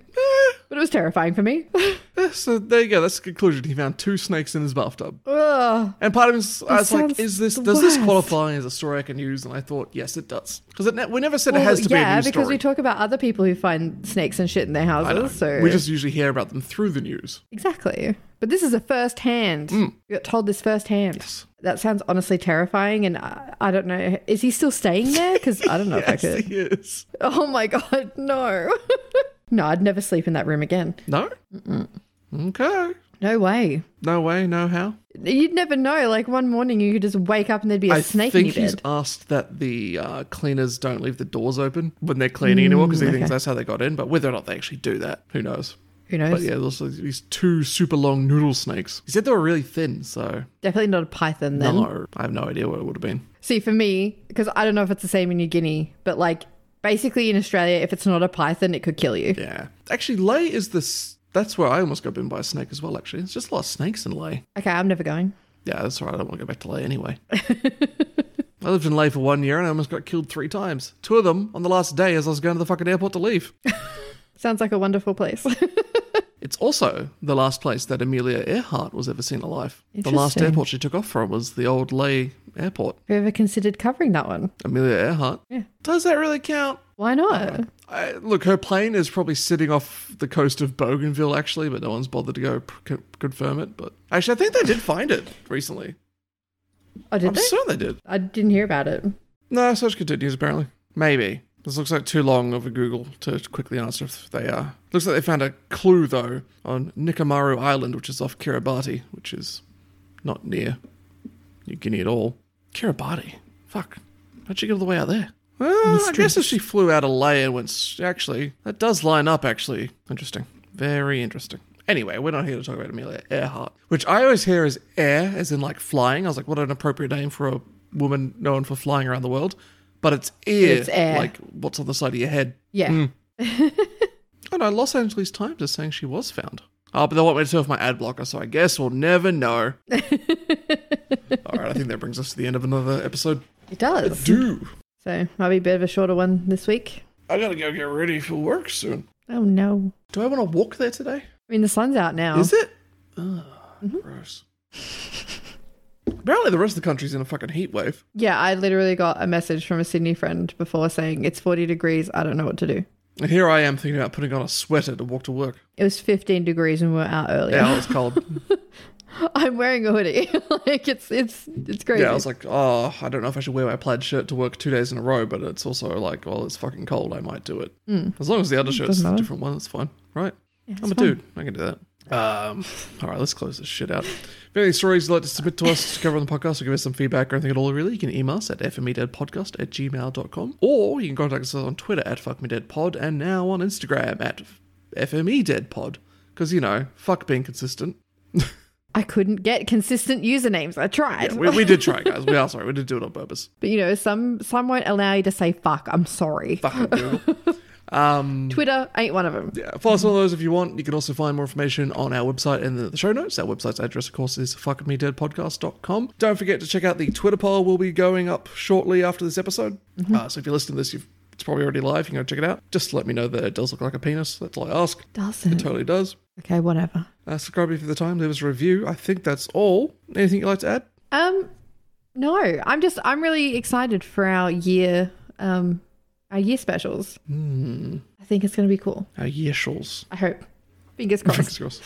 Speaker 1: but it was terrifying for me.
Speaker 2: eh, so there you go. That's the conclusion. He found two snakes in his bathtub.
Speaker 1: Ugh.
Speaker 2: And part of me, I was like,
Speaker 1: sounds
Speaker 2: "Is this
Speaker 1: the
Speaker 2: does this
Speaker 1: worst.
Speaker 2: qualify as a story I can use?" And I thought, "Yes, it does," because it ne- we never said it
Speaker 1: Well,
Speaker 2: has to be a
Speaker 1: yeah,
Speaker 2: news
Speaker 1: because
Speaker 2: story.
Speaker 1: we talk about other people who find snakes and shit in their
Speaker 2: I know.
Speaker 1: houses. So
Speaker 2: We just usually hear about them through the news.
Speaker 1: Exactly. But this is a first hand.
Speaker 2: Mm.
Speaker 1: You got told this first hand. That sounds honestly terrifying. And I, I don't know. Is he still staying there? Because I don't know
Speaker 2: Yes,
Speaker 1: if I could.
Speaker 2: yes.
Speaker 1: Oh my God, no. no, I'd never sleep in that room again.
Speaker 2: No. Okay.
Speaker 1: No way.
Speaker 2: No way. No how.
Speaker 1: You'd never know. Like one morning you could just wake up and there'd be a
Speaker 2: I
Speaker 1: snake in
Speaker 2: think
Speaker 1: your
Speaker 2: he's
Speaker 1: bed.
Speaker 2: asked that the uh, cleaners
Speaker 1: Mm,
Speaker 2: don't leave the doors open when they're cleaning anymore because he thinks that's how they got in. But whether or not they actually do that, who knows?
Speaker 1: Who knows?
Speaker 2: But yeah, there's also these two super long noodle snakes. He said they were really thin, so
Speaker 1: Definitely not a python then.
Speaker 2: no, I have no idea what it would have been.
Speaker 1: See, for me, because I don't know if it's the same in New Guinea, but like basically in Australia, if it's not a python, it could kill you.
Speaker 2: Yeah, actually, Lay is this. That's where I almost got bitten by a snake as well. Actually, it's just a lot of snakes in Lay.
Speaker 1: Okay, I'm never going.
Speaker 2: Yeah, that's all right. I don't want to go back to Lay anyway. I lived in Lay for one year and I almost got killed three times. Two of them on the last day as I was going to the fucking airport to leave.
Speaker 1: Sounds like a wonderful place.
Speaker 2: It's also the last place that Amelia Earhart was ever seen alive. The last
Speaker 1: Interesting.
Speaker 2: airport she took off from was the old Lay airport.
Speaker 1: Have you ever considered covering that one?
Speaker 2: Amelia Earhart.
Speaker 1: Yeah.
Speaker 2: Does that really count?
Speaker 1: Why
Speaker 2: Oh,
Speaker 1: not?
Speaker 2: I, look, her plane is probably sitting off the coast of Bougainville, actually, but no one's bothered to go p- c- confirm it. But actually, I think they did find it recently.
Speaker 1: Oh, did
Speaker 2: I'm
Speaker 1: they?
Speaker 2: certain they did.
Speaker 1: I didn't hear about it.
Speaker 2: No, search continues apparently. Maybe. This looks like too long of a Google to quickly answer if they are. Looks like they found a clue, though, on Nikamaru Island, which is off Kiribati, which is not near New Guinea at all. Kiribati? Fuck. How'd she get all the way out there? Well, I guess if she flew out of Ley and went. s- Actually, that does line up, actually. Interesting. Very interesting. Anyway, we're not here to talk about Amelia Earhart, which I always hear is air, as in like flying. I was like, what an appropriate name for a woman known for flying around the world. But it's air.
Speaker 1: It's air.
Speaker 2: Like what's on the side of your head.
Speaker 1: Yeah.
Speaker 2: Oh no, Los Angeles Times is saying she was found. Oh, but they want me to turn off my ad blocker, so I guess we'll never know. All right, I think that brings us to the end of another episode.
Speaker 1: It does.
Speaker 2: Do.
Speaker 1: So, might be a bit of a shorter one this week.
Speaker 2: I gotta go get ready for work soon.
Speaker 1: Oh, no.
Speaker 2: Do I want to walk there today?
Speaker 1: I mean, the sun's out now.
Speaker 2: Is it? Ugh, gross. Apparently, the rest of the country's in a fucking heat wave.
Speaker 1: Yeah, I literally got a message from a Sydney friend before saying it's 40 degrees. I don't know what to do.
Speaker 2: And here I am thinking about putting on a sweater to walk to work.
Speaker 1: It was 15 degrees and we were out earlier.
Speaker 2: Yeah, it was cold.
Speaker 1: I'm wearing a hoodie. like it's it's it's crazy.
Speaker 2: yeah, I was like, oh, I don't know if I should wear my plaid shirt to work two days in a row, but it's also like, well, it's fucking cold. I might do it. As long as the other shirt's
Speaker 1: Hmm. doesn't
Speaker 2: a
Speaker 1: matter.
Speaker 2: different one, it's fine, right? I'm
Speaker 1: fine.
Speaker 2: a dude. I can do that. Um, all right, let's close this shit out. If you have any stories you'd like to submit to us to cover on the podcast or give us some feedback or anything at all, really, you can email us at fmedeadpodcast at gmail.com or you can contact us on Twitter at fuckmedeadpod and now on Instagram at fmedeadpod because, you know, fuck being consistent.
Speaker 1: I couldn't get consistent usernames. I tried.
Speaker 2: Yeah, we, we did try, guys. We are sorry. We did do it on purpose.
Speaker 1: but you know, some some won't allow you to say fuck. I'm sorry.
Speaker 2: Fucking Google. um,
Speaker 1: Twitter ain't one of them.
Speaker 2: yeah, follow us on all those if you want. You can also find more information on our website in the, the show notes. Our website's address, of course, is fuckmedeadpodcast.com. Don't forget to check out the Twitter poll. We'll be going up shortly after this episode. Uh, so if you listen to this, you've, it's probably already live. You can go check it out. Just let me know that it does look like a penis. That's all I ask. It
Speaker 1: Doesn't.
Speaker 2: totally does.
Speaker 1: Okay, whatever.
Speaker 2: Uh, subscribe if you have the time. Leave us a review. I think that's all. Anything you'd like to add?
Speaker 1: Um no, I'm just I'm really excited for our year um our year specials. I think it's going to be cool.
Speaker 2: Hmm. Our yeshals.
Speaker 1: I hope. Fingers crossed.
Speaker 2: Fingers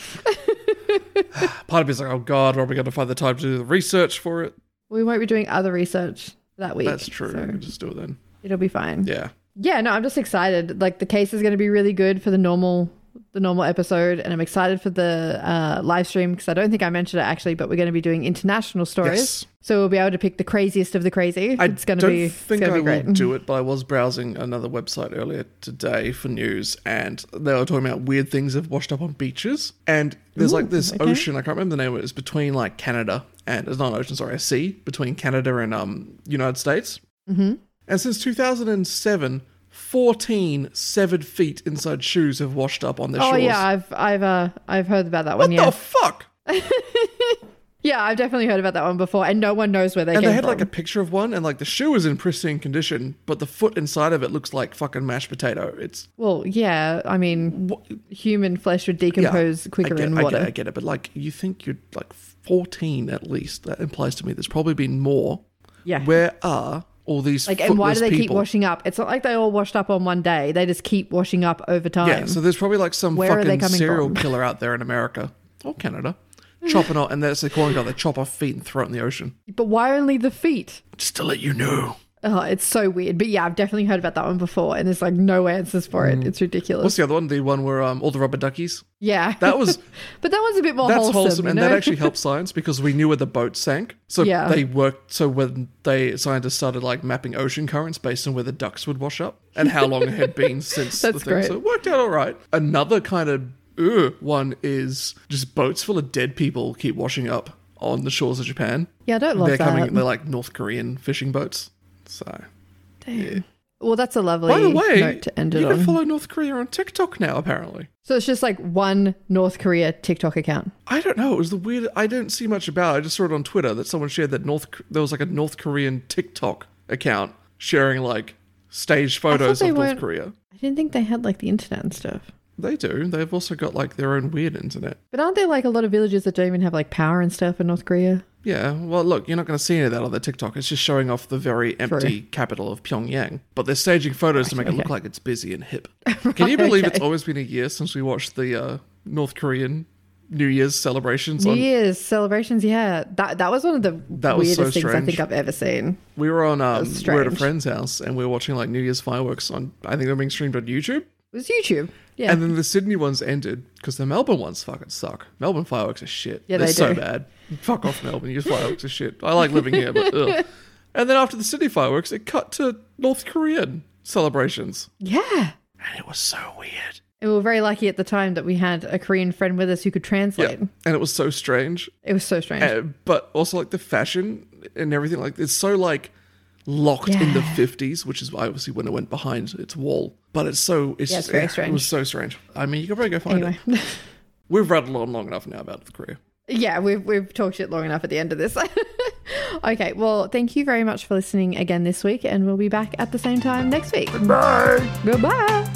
Speaker 2: crossed. Part of me is like, oh god, where are we going to find the time to do the research for it?
Speaker 1: we won't be doing other research that week.
Speaker 2: That's true. We
Speaker 1: So
Speaker 2: can just do it then.
Speaker 1: it'll be fine.
Speaker 2: Yeah.
Speaker 1: yeah no i'm just excited like the case is going to be really good for the normal the normal episode and i'm excited for the uh, live stream because i don't think i mentioned it actually but we're going to be doing international stories
Speaker 2: Yes.
Speaker 1: so we'll be able to pick the craziest of the crazy
Speaker 2: I
Speaker 1: it's going to
Speaker 2: don't
Speaker 1: be it's
Speaker 2: think
Speaker 1: gonna
Speaker 2: I
Speaker 1: be great
Speaker 2: will do it, but I was browsing another website earlier today for news, and they were talking about weird things that have washed up on beaches. And there's like this ocean, I can't remember the name of it, it's between like Canada and, it's not an ocean, sorry, a sea, between Canada and um United States. Mm-hmm. And since 2007, 14 severed feet inside shoes have washed up on their
Speaker 1: oh
Speaker 2: shores.
Speaker 1: yeah i've i've uh i've heard about that one
Speaker 2: What
Speaker 1: yeah
Speaker 2: the fuck?
Speaker 1: yeah i've definitely heard about that one before and no one knows where they
Speaker 2: And
Speaker 1: came
Speaker 2: they had
Speaker 1: from
Speaker 2: like a picture of one, and like the shoe is in pristine condition, but the foot inside of it looks like fucking mashed potato. It's
Speaker 1: well yeah i mean
Speaker 2: what,
Speaker 1: human flesh would
Speaker 2: yeah,
Speaker 1: decompose
Speaker 2: I
Speaker 1: quicker
Speaker 2: get,
Speaker 1: in
Speaker 2: I get-
Speaker 1: water
Speaker 2: I get, it, but like you think you're like fourteen at least. That implies to me there's probably been more.
Speaker 1: yeah
Speaker 2: Where are all these?
Speaker 1: like and why do they
Speaker 2: footless
Speaker 1: keep
Speaker 2: people?
Speaker 1: washing up it's not like they all washed up on one day they just keep washing up over time
Speaker 2: Yeah, so there's probably like some
Speaker 1: Where are they
Speaker 2: fucking
Speaker 1: coming
Speaker 2: serial
Speaker 1: from?
Speaker 2: killer out there in America or Canada chopping off, and that's the calling card. They chop off feet and throw it in the ocean.
Speaker 1: But why only the feet?
Speaker 2: Just to let you know.
Speaker 1: Oh, it's so weird. But yeah, I've definitely heard about that one before, and there's like no answers for
Speaker 2: Mm.
Speaker 1: it. It's ridiculous.
Speaker 2: What's the other one? The one where um, all the rubber duckies.
Speaker 1: yeah,
Speaker 2: That was
Speaker 1: but that one's a bit more
Speaker 2: That's
Speaker 1: wholesome.
Speaker 2: wholesome,
Speaker 1: you
Speaker 2: and
Speaker 1: know?
Speaker 2: that actually helped science because we knew where the boat sank. So
Speaker 1: Yeah.
Speaker 2: they worked. So when they scientists started like mapping ocean currents based on where the ducks would wash up and how long it had been since the
Speaker 1: That's
Speaker 2: thing,
Speaker 1: great.
Speaker 2: so it worked out all right. Another kind of ugh one is just boats full of dead people keep washing up on the shores of Japan.
Speaker 1: Yeah, I don't love
Speaker 2: they're
Speaker 1: that.
Speaker 2: coming. They're like North Korean fishing boats. So,
Speaker 1: Damn. Well, that's a lovely
Speaker 2: by the way,
Speaker 1: note to end it
Speaker 2: you
Speaker 1: on.
Speaker 2: can follow North Korea on TikTok now. Apparently,
Speaker 1: so it's just like one North Korea TikTok account.
Speaker 2: I don't know. It was the weird. I don't see much about. it. I just saw it on Twitter that someone shared that North. There was like a North Korean TikTok account sharing like staged photos
Speaker 1: they
Speaker 2: of North
Speaker 1: weren't-
Speaker 2: Korea.
Speaker 1: I didn't think they had like the internet and stuff.
Speaker 2: They do. They've also got like their own weird internet.
Speaker 1: But aren't there like a lot of villages that don't even have like power and stuff in North Korea?
Speaker 2: Yeah, well, look, you're not going to see any of that on the TikTok. It's just showing off the very empty capital of Pyongyang. But they're staging photos to make it look
Speaker 1: okay.
Speaker 2: like it's busy and hip. Can you believe it's always been a year since we watched the uh, North Korean New Year's celebrations?
Speaker 1: New
Speaker 2: on,
Speaker 1: Year's celebrations, yeah. That that was one of the
Speaker 2: That was
Speaker 1: weirdest
Speaker 2: so
Speaker 1: things I
Speaker 2: strange.
Speaker 1: think I've ever seen.
Speaker 2: we were on um,
Speaker 1: was
Speaker 2: we were at a
Speaker 1: strange.
Speaker 2: friend's house and we were watching like New Year's fireworks on. I think they're being streamed on YouTube.
Speaker 1: It was YouTube. Yeah.
Speaker 2: And then the Sydney ones ended because the Melbourne ones fucking suck. Melbourne fireworks are shit.
Speaker 1: Yeah,
Speaker 2: They're
Speaker 1: they
Speaker 2: so
Speaker 1: do.
Speaker 2: bad. Fuck off, Melbourne. Your fireworks are shit. I like living here, but ugh. And then after the Sydney fireworks, it cut to North Korean celebrations.
Speaker 1: yeah.
Speaker 2: And it was so weird.
Speaker 1: And we were very lucky at the time that we had a Korean friend with us who could translate.
Speaker 2: And it was so strange.
Speaker 1: It was so strange.
Speaker 2: Uh, but also, like, the fashion and everything, like, it's so, like, locked in the
Speaker 1: Yeah.
Speaker 2: 50s, which is obviously when it went behind its wall. But it's so, it's
Speaker 1: Yeah,
Speaker 2: just,
Speaker 1: it's very
Speaker 2: eh, it
Speaker 1: strange.
Speaker 2: was so strange. I mean, you can probably go find
Speaker 1: anyway.
Speaker 2: it. We've rattled on long enough now about the Korea.
Speaker 1: Yeah, we've, we've talked shit long enough at the end of this. okay, well, thank you very much for listening again this week, and we'll be back at the same time next week. Goodbye. Goodbye.